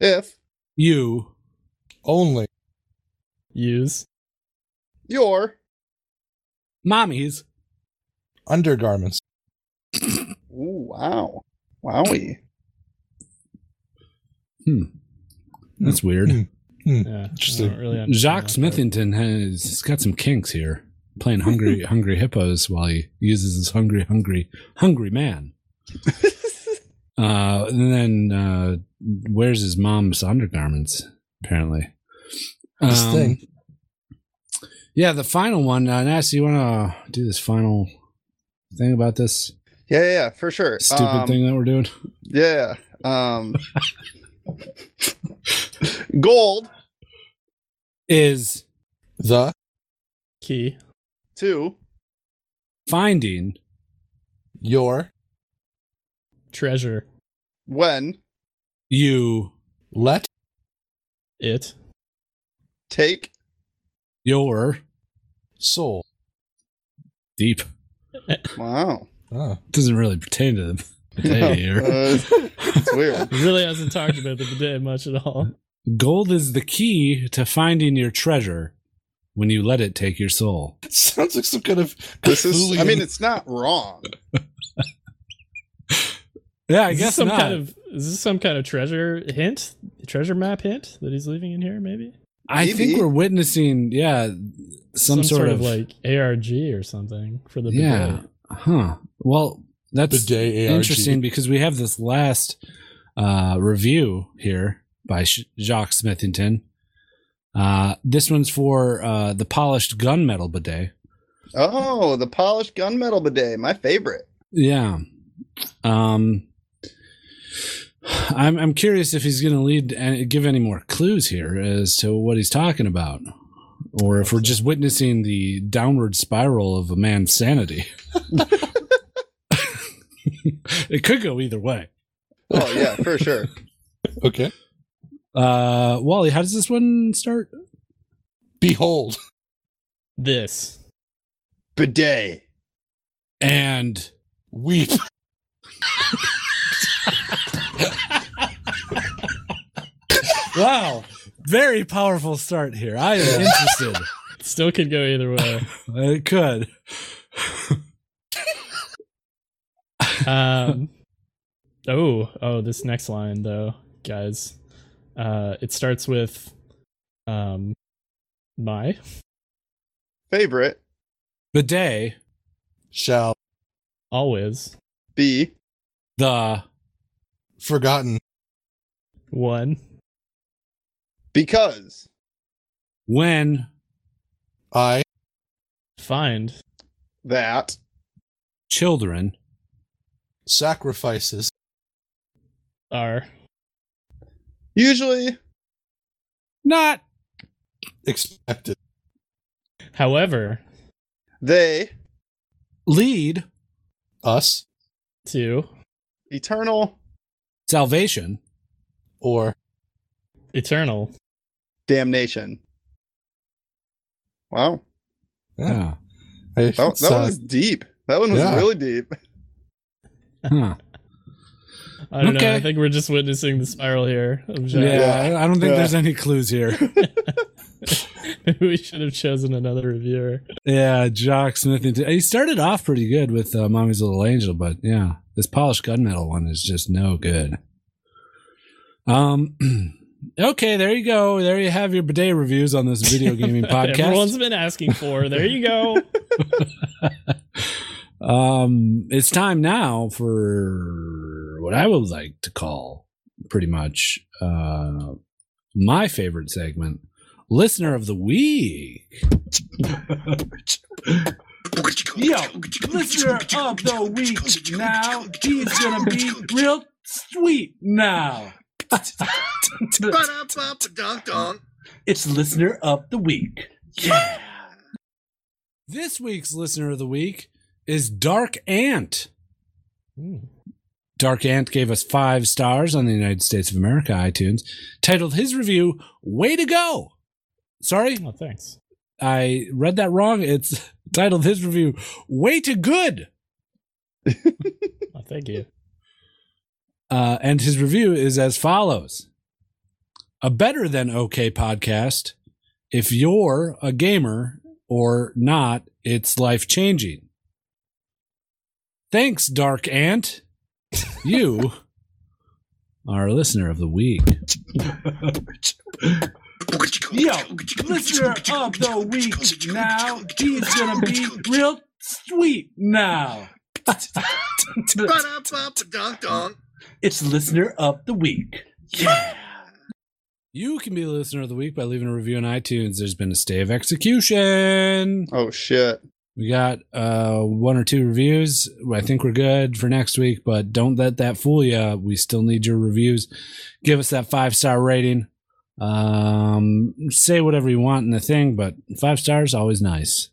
B: if
A: you
D: Only
C: use
B: your
A: mommies
D: undergarments.
B: Ooh, wow wowie
C: Hmm.
A: That's weird. (laughs)
C: Yeah,
D: Interesting.
C: I don't really understand
A: Jacques
C: that
A: Smithington has he's got some kinks here, playing hungry hungry hippos while he uses his hungry hungry hungry man. uh, and then uh, wears his mom's undergarments apparently.
D: This
A: Um,
D: thing.
A: Yeah, the final one. Uh, Nasty, you want to do this final thing about this
B: yeah yeah, yeah for sure
A: stupid
B: Um,
A: thing that we're doing?
B: yeah um gold
A: Is
D: The
C: Key
B: to
A: finding
D: your
C: treasure
B: when
A: you
D: let
C: it
B: take
A: your
D: soul.
A: deep
B: wow
D: Oh. Ah.
A: doesn't really pertain to them.
B: (laughs)
A: Hey,
B: Uh, it's weird.
C: He really hasn't talked about the bidet much at all.
A: gold is the key to finding your treasure when you let it take your soul.
D: It (laughs) sounds like some kind of.
B: This is. I
D: Cthulhuan-
B: mean, it's not wrong.
A: Yeah, (laughs) I
C: Is this
A: guess
C: some
A: not.
C: kind of is this some kind of treasure hint, treasure map hint that he's leaving in here? Maybe
A: I think
B: Maybe.
A: we're witnessing, yeah, some, sort, of,
C: like ARG or something for the bidet.
A: yeah, huh? Well, that's
D: Bidet ARG.
A: interesting because we have this last uh, review here by Sh- Jacques Smithington. Uh, this one's for uh, the polished gunmetal bidet.
B: Oh, the polished gunmetal bidet, my favorite.
A: Yeah. Um, I'm I'm curious if he's going to lead and give any more clues here as to what he's talking about, or if we're just witnessing the downward spiral of a man's sanity. (laughs) it could go either way.
B: Oh yeah, for sure.
D: Okay.
A: Uh, Wally, how does this one start?
D: Behold.
C: This
B: Bidet.
A: And
D: Weep.
A: wow, very powerful start here. I am interested.
C: still could go
A: (laughs)
C: either way.
A: it could.
C: Um, oh, oh, this next line though, guys. Uh, it starts with, um, my
B: Favorite.
A: Bidet,
D: Shall.
C: always
B: B.
A: the
D: Forgotten.
C: one
B: Because.
A: when
D: I.
C: find
B: That.
A: children
D: Sacrifices.
C: are
B: Usually.
A: not
D: Expected.
C: however
B: They.
A: lead
D: Us.
C: to
B: Eternal.
A: salvation
D: Or.
C: eternal
B: Damnation. Wow.
A: yeah.
D: I-
B: Oh, That,
D: it's,
B: that
D: uh,
B: one was deep. That one was
D: Yeah.
B: really deep.
A: Huh.
C: I don't know.
A: Okay.
C: I think we're just witnessing the spiral here. Of Jack.
A: yeah I- i don't think
B: Yeah.
A: there's any clues here
C: (laughs) Maybe we should have chosen another reviewer.
A: yeah jock smith and he started off pretty good with uh, mommy's little angel but yeah this polished gunmetal one is just no good um (clears throat) okay there you go there you have your bidet reviews on this video
C: (laughs)
A: gaming podcast
C: Everyone's been asking for. There you
A: (laughs)
C: go.
A: um it's time now for what i would like to call pretty much uh my favorite segment listener of the week yo listener of the week now he's gonna be real sweet now
E: It's listener of the week.
A: this week's listener of the week is dark ant
C: Ooh.
A: Dark Ant gave us five stars on the United States of America iTunes, titled his review, Way to Go. Sorry,
C: Oh, thanks.
A: I read that wrong. It's (laughs) titled his review, Way to Good.
C: Oh, thank you.
A: Uh, and his review is as follows A better than okay podcast. If you're a gamer or not, it's life changing. Thanks, Dark Ant. You are a listener of the week.
E: Yo, listener of the week now. He's gonna be real sweet now. It's listener of the week.
A: You can be the listener of the week by leaving a review on iTunes. There's been a stay of execution.
B: Oh shit.
A: We got uh, one or two reviews. I think we're good for next week, but don't let that fool you. We still need your reviews. Give us that five star rating. Um, say whatever you want in the thing, but five stars always nice.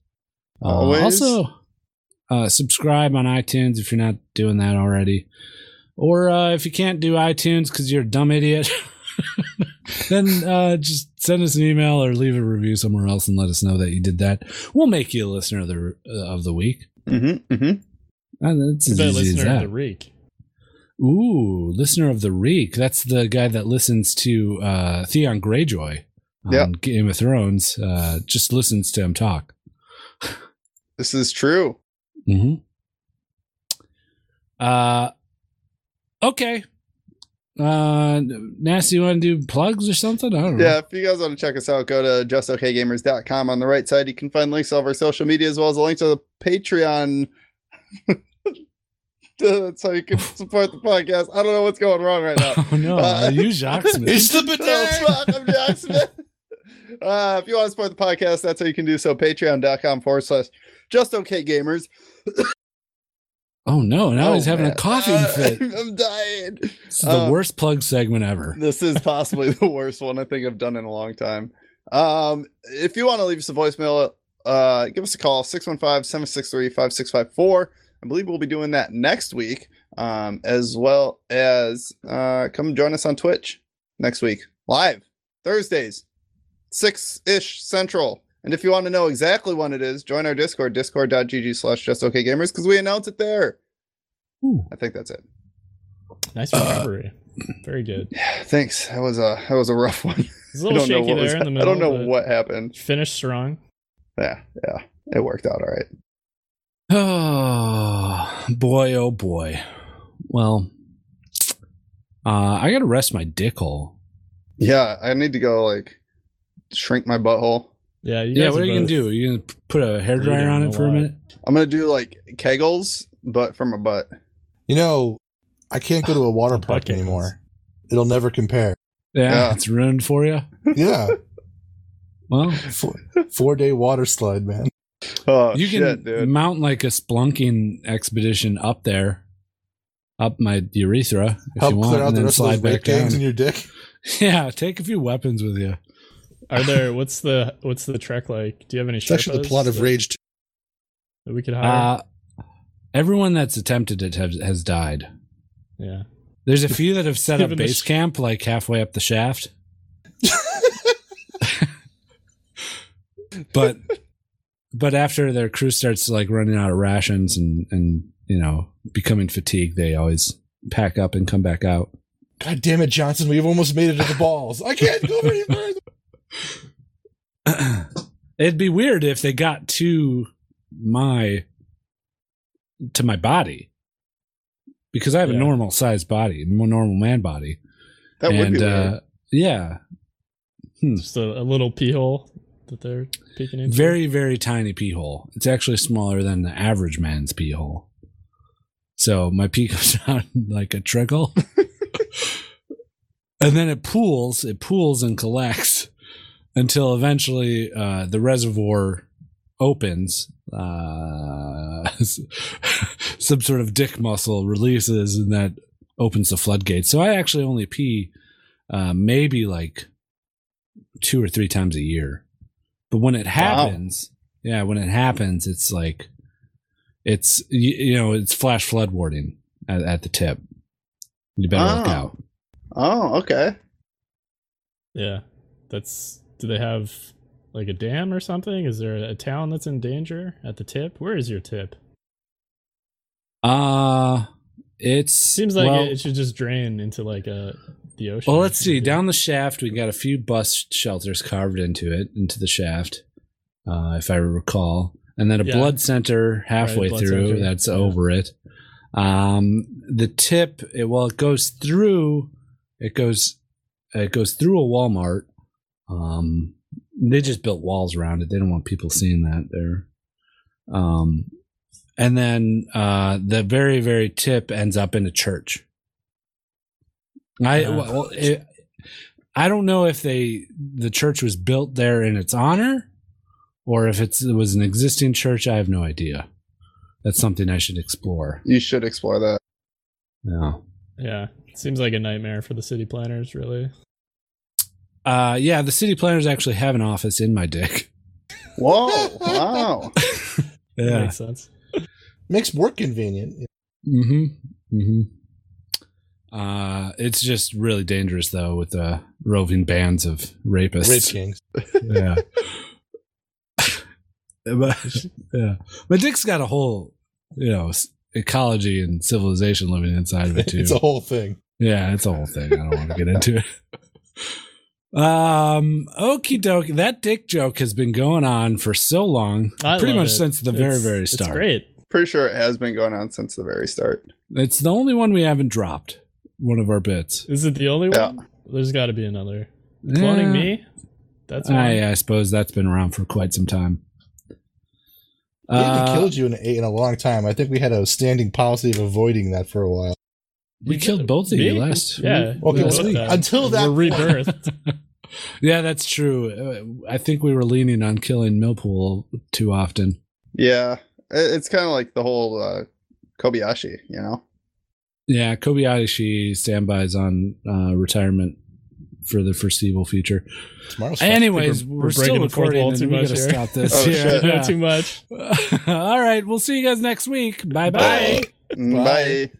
A: Uh,
B: Always.
A: also, uh, subscribe on iTunes if you're not doing that already, or uh, if you can't do iTunes because you're a dumb idiot. (laughs) then uh, just send us an email or leave a review somewhere else and let us know that you did that. We'll make you a listener of the uh, of the week.
B: Mm-hmm. Mm-hmm.
A: And it's as
C: The
A: easy as
C: listener of
A: that.
C: the week.
A: Ooh, listener of the reek. That's the guy that listens to uh, Theon Greyjoy on
B: Yep.
A: Game of Thrones. Uh, just listens to him talk.
B: This is true.
C: Mm-hmm.
A: hmm Uh, okay. Uh, Nasty, you want to do plugs or something? I don't know.
B: Yeah, if you guys want to check us out, go to justokgamers.com. On the right side, you can find links to all of our social media as well as a link to the Patreon. (laughs) That's how
A: (laughs)
B: you can support the podcast. I don't know what's going wrong right now.
A: (laughs)
B: (laughs)
A: Oh no,
B: Uh,
A: you
B: (laughs)
A: Jocksmith.
D: It's the
B: Oh, fuck, I'm Jackson. (laughs) Uh, if you want to support the podcast, that's how you can do so. Patreon.com forward slash just okay gamers.
A: Oh no, now he's
B: Oh,
A: having
B: man.
A: a coughing
B: Uh,
A: fit.
B: (laughs) I'm dying.
A: This is the
B: uh,
A: worst plug segment ever.
B: This is possibly the worst one I think I've done in a long time. Um, if you want to leave us a voicemail, uh, give us a call 615 763 5654. I believe we'll be doing that next week, um, as well as uh, come join us on Twitch next week, live Thursdays, 6 ish central. And if you want to know exactly when it is, join our Discord, discord.gg slash justokgamers, because we announce it there.
A: Ooh.
B: I think that's it. (sighs)
C: Nice
A: Uh,
C: recovery. Very good.
B: Thanks. That was a that was a rough (laughs) one.
C: It's a
B: I
C: little
B: don't know
C: shaky
B: what was
C: there in the
B: I
C: middle.
B: don't know
C: but
B: what happened.
C: Finished strong.
B: Yeah, yeah. It worked out all right.
A: (sighs) Oh boy, oh boy. Well, uh, I gotta rest my dick hole.
B: Yeah, I need to go like shrink my butthole.
C: Yeah. You
A: yeah,
C: guys
A: what are you gonna
C: both-
A: do? Are you gonna put a hairdryer
C: Reading
A: on
C: a
A: it for a
C: lot.
A: minute?
B: I'm gonna do like kegels, but from a butt.
D: You know, I can't go
A: (sighs)
D: to a water
C: The
D: park
C: bucket is-
D: anymore. It'll never compare.
A: Yeah,
B: Yeah.
A: it's ruined for you.
B: (laughs)
D: Yeah,
A: Well,
D: four, four day water slide, man.
B: Oh
A: you can
B: shit, dude.
A: mount like a splunking expedition up there, up my urethra if
D: Help
A: you want,
D: clear out
A: and
D: the
A: then
D: rest of
A: slide
D: those
A: back
D: back gangs in
A: down. (laughs)
D: your dick.
A: Yeah, take a few weapons with you.
C: Are there? What's the What's the trek like? Do you have any?
D: It's actually the
C: Sherpas
D: plot of
C: that-
D: Rage. 2.
C: that we could hire.
A: Uh, everyone that's attempted it has, has died.
C: yeah.
A: There's a few that have set up
C: Given the
A: base
C: sh-
A: camp like halfway up the
C: (laughs)
A: shaft. but but after their crew starts like running out of rations and and you know becoming fatigued, they always pack up and come back out. (clears throat)
D: God damn it, Johnson! We've almost made it to the balls. I can't go any further.
A: It'd be weird if they got to my to my body because I have a
C: Yeah.
A: normal sized body, a normal man body,
B: that would be
A: and
B: weird.
A: uh, yeah,
C: Just a, a little pee hole that they're peeking into.
A: very very tiny pee hole. It's actually smaller than the average man's pee hole. So my pee (laughs) comes out like a trickle, and then it pools, it pools and collects until eventually uh, the reservoir opens. Uh, (laughs) some sort of dick muscle releases, and that opens the floodgates. So I actually only pee uh, maybe like two or three times a year. But when it happens, yeah, when it happens, it's like it's you, you know it's flash flood warning at, at the tip. You better look
B: Oh.
A: out.
B: oh, okay.
C: Yeah. That's. Do they have like a dam or something? Is there a town that's in danger at the tip? Where is your tip?
A: Uh it's
C: Seems like
A: well,
C: it, it should just drain into like a the ocean.
A: well, let's see. Down the shaft, we got a few bus shelters carved into it, into the shaft, uh, if I recall, and then a
C: Yeah.
A: blood center halfway
C: blood
A: through.
C: center,
A: That's
C: yeah.
A: over it. Um, the tip, it, well, it goes through. It goes, it goes through a Walmart. Um, they just built walls around it. They don't want people seeing that there. Um, and then uh, the very very tip ends up in a church. I
C: Ah.
A: well, it, I don't know if they the church was built there in its honor, or if it's, it was an existing church. I have no idea. That's something I should explore.
B: You should explore that.
A: Yeah.
C: Yeah. Seems like a nightmare for the city planners, really.
A: Uh, yeah, the city planners actually have an office in my dick. (laughs)
B: Whoa, wow.
C: That makes sense.
D: Makes work convenient.
A: Mm-hmm. Mm-hmm. Uh, it's just really dangerous though with the roving bands of rapists.
D: Rape kings.
A: (laughs)
D: (laughs)
A: Yeah. But- yeah. My dick's got a whole, you know, s- ecology and civilization living inside of it too.
D: (laughs) It's a whole thing.
A: yeah, it's a whole thing. I don't want to get into it. (laughs) Um, okie dokie. That dick joke has been going on for so long,
C: I
A: pretty
C: love
A: much
C: it.
A: since the very
C: It's-
A: very start.
C: It's great.
B: Pretty sure it has been going on since the very start.
A: It's the only one we haven't dropped. One of our bits.
C: Is it the only
B: Yeah.
C: one? There's got to be another. Cloning
A: Yeah.
C: me? That's one.
A: I, uh, I suppose that's been around for quite some time.
D: We haven't
A: Uh,
D: killed you in a, in a long time. I think we had a standing policy of avoiding that for a while.
A: we killed both of
C: Me?
A: you last.
C: Yeah.
A: week-
D: Okay,
C: we
A: last
D: well,
C: both
A: week.
C: died.
D: until that
C: We're
D: point.
C: rebirthed.
A: Yeah, that's true. Uh, I think we were leaning on killing Millpool too often.
B: Yeah, it- it's kind of like the whole uh, Kobayashi, you know.
A: Yeah, Kobayashi standbys on uh, retirement for the foreseeable future.
D: Tomorrow's fine.
A: Anyways,
C: we're
A: we're,
C: breaking
A: still
C: the fourth wall
A: recording,
C: too
A: and we
C: much
A: gotta
C: here.
A: stop this.
B: Oh, shit.
A: (laughs) yeah.
C: Too much.
A: All right, we'll see you guys next week. Bye bye.
B: Bye.
D: Bye.